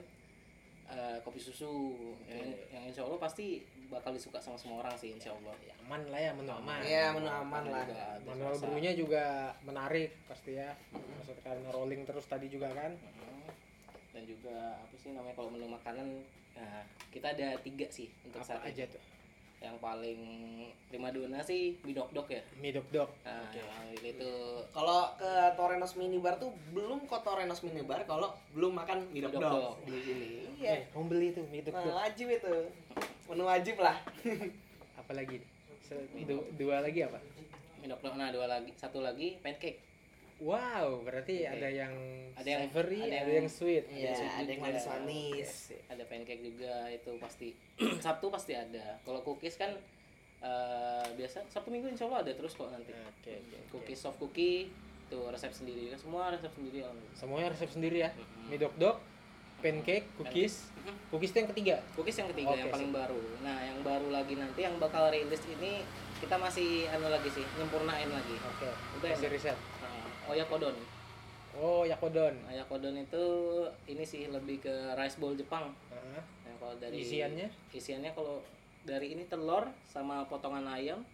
[SPEAKER 2] eh, kopi susu yang, yang insya Allah pasti bakal disuka sama semua orang sih insya Allah.
[SPEAKER 1] ya, aman lah ya menu aman
[SPEAKER 3] Iya, menu aman lah.
[SPEAKER 2] Juga ada
[SPEAKER 1] manual
[SPEAKER 2] rasa.
[SPEAKER 1] brew-nya juga menarik pasti ya maksudnya karena rolling terus tadi juga kan
[SPEAKER 2] Mhm. dan juga apa sih namanya kalau menu makanan nah, kita ada tiga sih untuk
[SPEAKER 1] apa
[SPEAKER 2] saat ini.
[SPEAKER 1] aja tuh
[SPEAKER 2] yang paling prima dona sih bidok dok ya
[SPEAKER 1] mie dok dok
[SPEAKER 2] nah,
[SPEAKER 1] Oke.
[SPEAKER 2] yang itu
[SPEAKER 3] Kalau ke Torenos Minibar tuh belum ke Torenos Minibar kalau belum makan mie
[SPEAKER 2] Midok dok.
[SPEAKER 3] dok di sini. Iya.
[SPEAKER 1] Eh, kamu beli tuh mie dok
[SPEAKER 3] Nah,
[SPEAKER 1] dok
[SPEAKER 3] wajib itu. Menu wajib lah.
[SPEAKER 1] apalagi Se- du- dua lagi apa
[SPEAKER 2] bidok dok nah dua lagi satu lagi pancake
[SPEAKER 1] wow berarti
[SPEAKER 2] Oke.
[SPEAKER 1] ada yang
[SPEAKER 2] Ada yang-
[SPEAKER 1] savory
[SPEAKER 2] ada
[SPEAKER 1] ada yang,
[SPEAKER 2] yang-
[SPEAKER 1] sweet
[SPEAKER 2] Ada
[SPEAKER 3] Iya, ada yang
[SPEAKER 2] juga.
[SPEAKER 3] manis-manis.
[SPEAKER 2] ada pancake juga itu pasti sabtu pasti ada kalau cookies kan eh, biasa sabtu minggu insya Allah ada terus kok nanti
[SPEAKER 1] oke oke, oke
[SPEAKER 2] cookies soft cookie tuh resep sendiri semua resep sendiri alhamdulillah.
[SPEAKER 1] semuanya resep sendiri ya
[SPEAKER 2] Mhm.
[SPEAKER 1] mie dok dok pancake cookies
[SPEAKER 2] Mhm.
[SPEAKER 1] cookies itu yang ketiga
[SPEAKER 2] Cookies yang ketiga
[SPEAKER 1] Mm-hmm. Oke,
[SPEAKER 2] yang paling baru. Nah, yang baru lagi nanti yang bakal rilis ini kita masih anu lagi sih, nyempurnain lagi.
[SPEAKER 1] oke
[SPEAKER 2] Udah
[SPEAKER 1] masih
[SPEAKER 2] enak.
[SPEAKER 1] riset
[SPEAKER 2] Nah, oyakodon.
[SPEAKER 1] oh yakodon
[SPEAKER 2] Oyakodon itu ini sih lebih ke rice bowl Jepang.
[SPEAKER 1] Heeh.
[SPEAKER 2] Nah, kalau dari
[SPEAKER 1] Isiannya?
[SPEAKER 2] Isiannya kalau dari ini telur sama potongan ayam,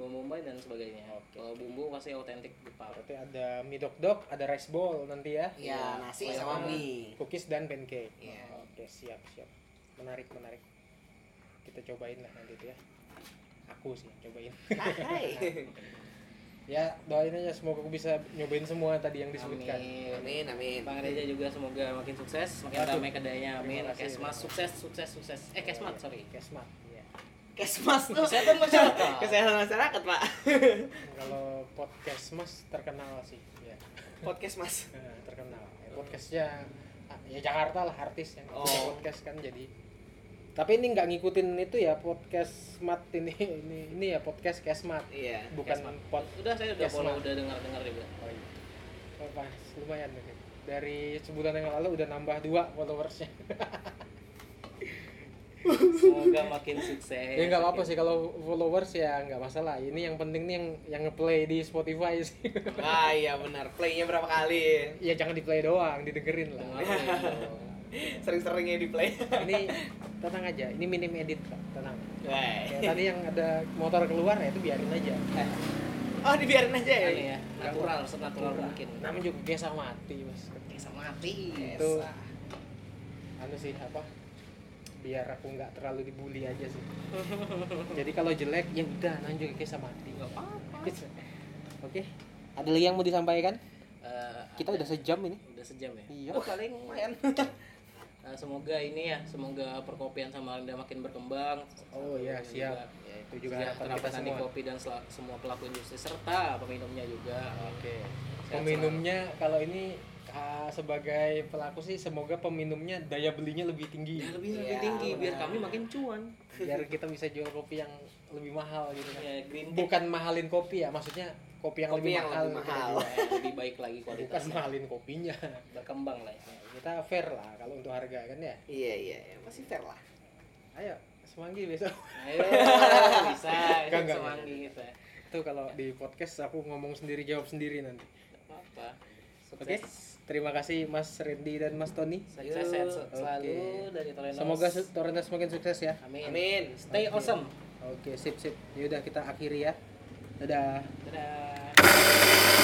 [SPEAKER 2] bumbu bombay dan sebagainya.
[SPEAKER 1] Oke.
[SPEAKER 2] Kalau bumbu pasti otentik Jepang.
[SPEAKER 1] berarti ada mie dok dok ada rice ball nanti ya
[SPEAKER 3] Iya, nasi
[SPEAKER 2] Iya.
[SPEAKER 3] sama mie.
[SPEAKER 1] cookies dan pancake. Oh,
[SPEAKER 3] Iya.
[SPEAKER 1] Oke, siap, siap. Menarik, menarik. Kita cobain lah nanti itu ya. Aku sih yang cobain.
[SPEAKER 3] Ah, hai.
[SPEAKER 1] ya, doain aja semoga aku bisa nyobain semua tadi yang disebutkan.
[SPEAKER 2] Amin.
[SPEAKER 3] Amin, amin.
[SPEAKER 2] Bang Reza juga semoga makin sukses, makin
[SPEAKER 1] Aduh.
[SPEAKER 2] ramai kedainya. Amin.
[SPEAKER 1] Terima kasih.
[SPEAKER 2] Kesmas sukses, sukses, sukses. Eh, Kesmat,
[SPEAKER 1] Iya,
[SPEAKER 2] sorry.
[SPEAKER 1] Kesmat. Iya.
[SPEAKER 3] Kesmas tuh
[SPEAKER 2] Kesehatan masyarakat.
[SPEAKER 3] kesehatan masyarakat, Pak.
[SPEAKER 1] Kalau podcast Mas terkenal sih, ya.
[SPEAKER 3] Podcast Mas.
[SPEAKER 1] Eh, terkenal. Ya, podcastnya ah, ya Jakarta lah artis yang
[SPEAKER 3] Oh.
[SPEAKER 1] punya podcast kan jadi tapi ini nggak ngikutin itu ya podcast mat ini ini ini ya podcast kesmat
[SPEAKER 3] Iya.
[SPEAKER 1] bukan
[SPEAKER 2] Kesmat.
[SPEAKER 1] pod
[SPEAKER 2] Udah saya udah
[SPEAKER 1] Yes,
[SPEAKER 2] follow,
[SPEAKER 1] Mas.
[SPEAKER 2] udah dengar-dengar juga.
[SPEAKER 1] Oh iya. Oh, pas, lumayan nih. Dari sebulan yang lalu udah nambah dua followersnya.
[SPEAKER 2] Semoga makin sukses.
[SPEAKER 1] ya nggak apa-apa sih kalau followers ya nggak masalah. Ini yang penting nih yang yang ngeplay di Spotify sih.
[SPEAKER 3] Ah, iya benar. Playnya berapa kali?
[SPEAKER 1] ya jangan di play doang, didengerin lah.
[SPEAKER 2] Dengerin gitu.
[SPEAKER 3] Sering-seringnya di play.
[SPEAKER 1] Ini tenang aja, ini minim edit kok, tenang.
[SPEAKER 3] Wah.
[SPEAKER 1] Kayak tadi yang ada motor keluar ya itu biarin aja.
[SPEAKER 3] Oh, dibiarin aja ya.
[SPEAKER 2] Anu ya, natural, senatural mungkin.
[SPEAKER 1] Namanya juga biasa mati mas.
[SPEAKER 2] Desa mati.
[SPEAKER 3] Iya,
[SPEAKER 1] Itu anu sih apa? Biar aku nggak terlalu dibully aja sih. Jadi kalau jelek ya udah, nanti juga sama mati.
[SPEAKER 2] Nggak apa-apa.
[SPEAKER 1] Oke. Ada lagi yang mau disampaikan?
[SPEAKER 2] Eh,
[SPEAKER 1] Kita
[SPEAKER 2] ada-
[SPEAKER 1] udah sejam ini.
[SPEAKER 2] udah sejam ya.
[SPEAKER 1] Iya.
[SPEAKER 2] Oh, paling
[SPEAKER 3] Lumayan.
[SPEAKER 2] Eh, semoga ini ya, semoga perkopian sama Linda makin berkembang.
[SPEAKER 1] Oh, iya,
[SPEAKER 2] Dan
[SPEAKER 1] siap.
[SPEAKER 2] juga
[SPEAKER 1] Ya, itu juga harapan
[SPEAKER 2] Sejahtera
[SPEAKER 1] kita
[SPEAKER 2] petani
[SPEAKER 1] semua.
[SPEAKER 2] kopi dan sel- semua pelaku industri serta peminumnya juga.
[SPEAKER 1] Oke.
[SPEAKER 2] Sehat
[SPEAKER 1] Peminumnya kalau ini ah, sebagai pelaku sih semoga peminumnya daya belinya lebih tinggi.
[SPEAKER 2] Ya, lebih lebih
[SPEAKER 3] Iya,
[SPEAKER 2] tinggi biar
[SPEAKER 1] benar.
[SPEAKER 2] kami makin cuan.
[SPEAKER 1] Biar kita bisa jual kopi yang lebih mahal gitu kan.
[SPEAKER 2] Ya, green tea
[SPEAKER 1] Bukan mahalin kopi ya, maksudnya kopi yang
[SPEAKER 3] Kopi
[SPEAKER 1] lebih
[SPEAKER 3] yang
[SPEAKER 1] mahal.
[SPEAKER 3] lebih
[SPEAKER 1] kita
[SPEAKER 3] mahal.
[SPEAKER 1] jual.
[SPEAKER 2] eh, lebih baik lagi
[SPEAKER 1] Bukan
[SPEAKER 2] kualitasnya.
[SPEAKER 1] mahalin kopinya.
[SPEAKER 2] Berkembang lah ya.
[SPEAKER 1] Kita fair lah kalau untuk harga kan ya.
[SPEAKER 3] Iya, iya, iya. Masih fair lah.
[SPEAKER 1] Ayo semanggi besok.
[SPEAKER 2] Ayo, bisa.
[SPEAKER 1] Enggak,
[SPEAKER 2] Kan
[SPEAKER 1] enggak.
[SPEAKER 2] semanggi kita.
[SPEAKER 1] Tuh kalau di podcast aku ngomong sendiri jawab sendiri nanti.
[SPEAKER 2] Apa? Sukses.
[SPEAKER 1] Oke. Terima kasih Mas Randy dan Mas Tony.
[SPEAKER 2] Sukses
[SPEAKER 3] Yuk,
[SPEAKER 2] sel- selalu
[SPEAKER 1] oke.
[SPEAKER 2] dari Torenos.
[SPEAKER 1] Semoga su- Torrentes semakin sukses ya.
[SPEAKER 2] Amin.
[SPEAKER 3] Amin.
[SPEAKER 2] Stay
[SPEAKER 1] Oke.
[SPEAKER 2] awesome.
[SPEAKER 1] Oke, sip sip. Yaudah kita akhiri ya. Dadah.
[SPEAKER 2] Dadah.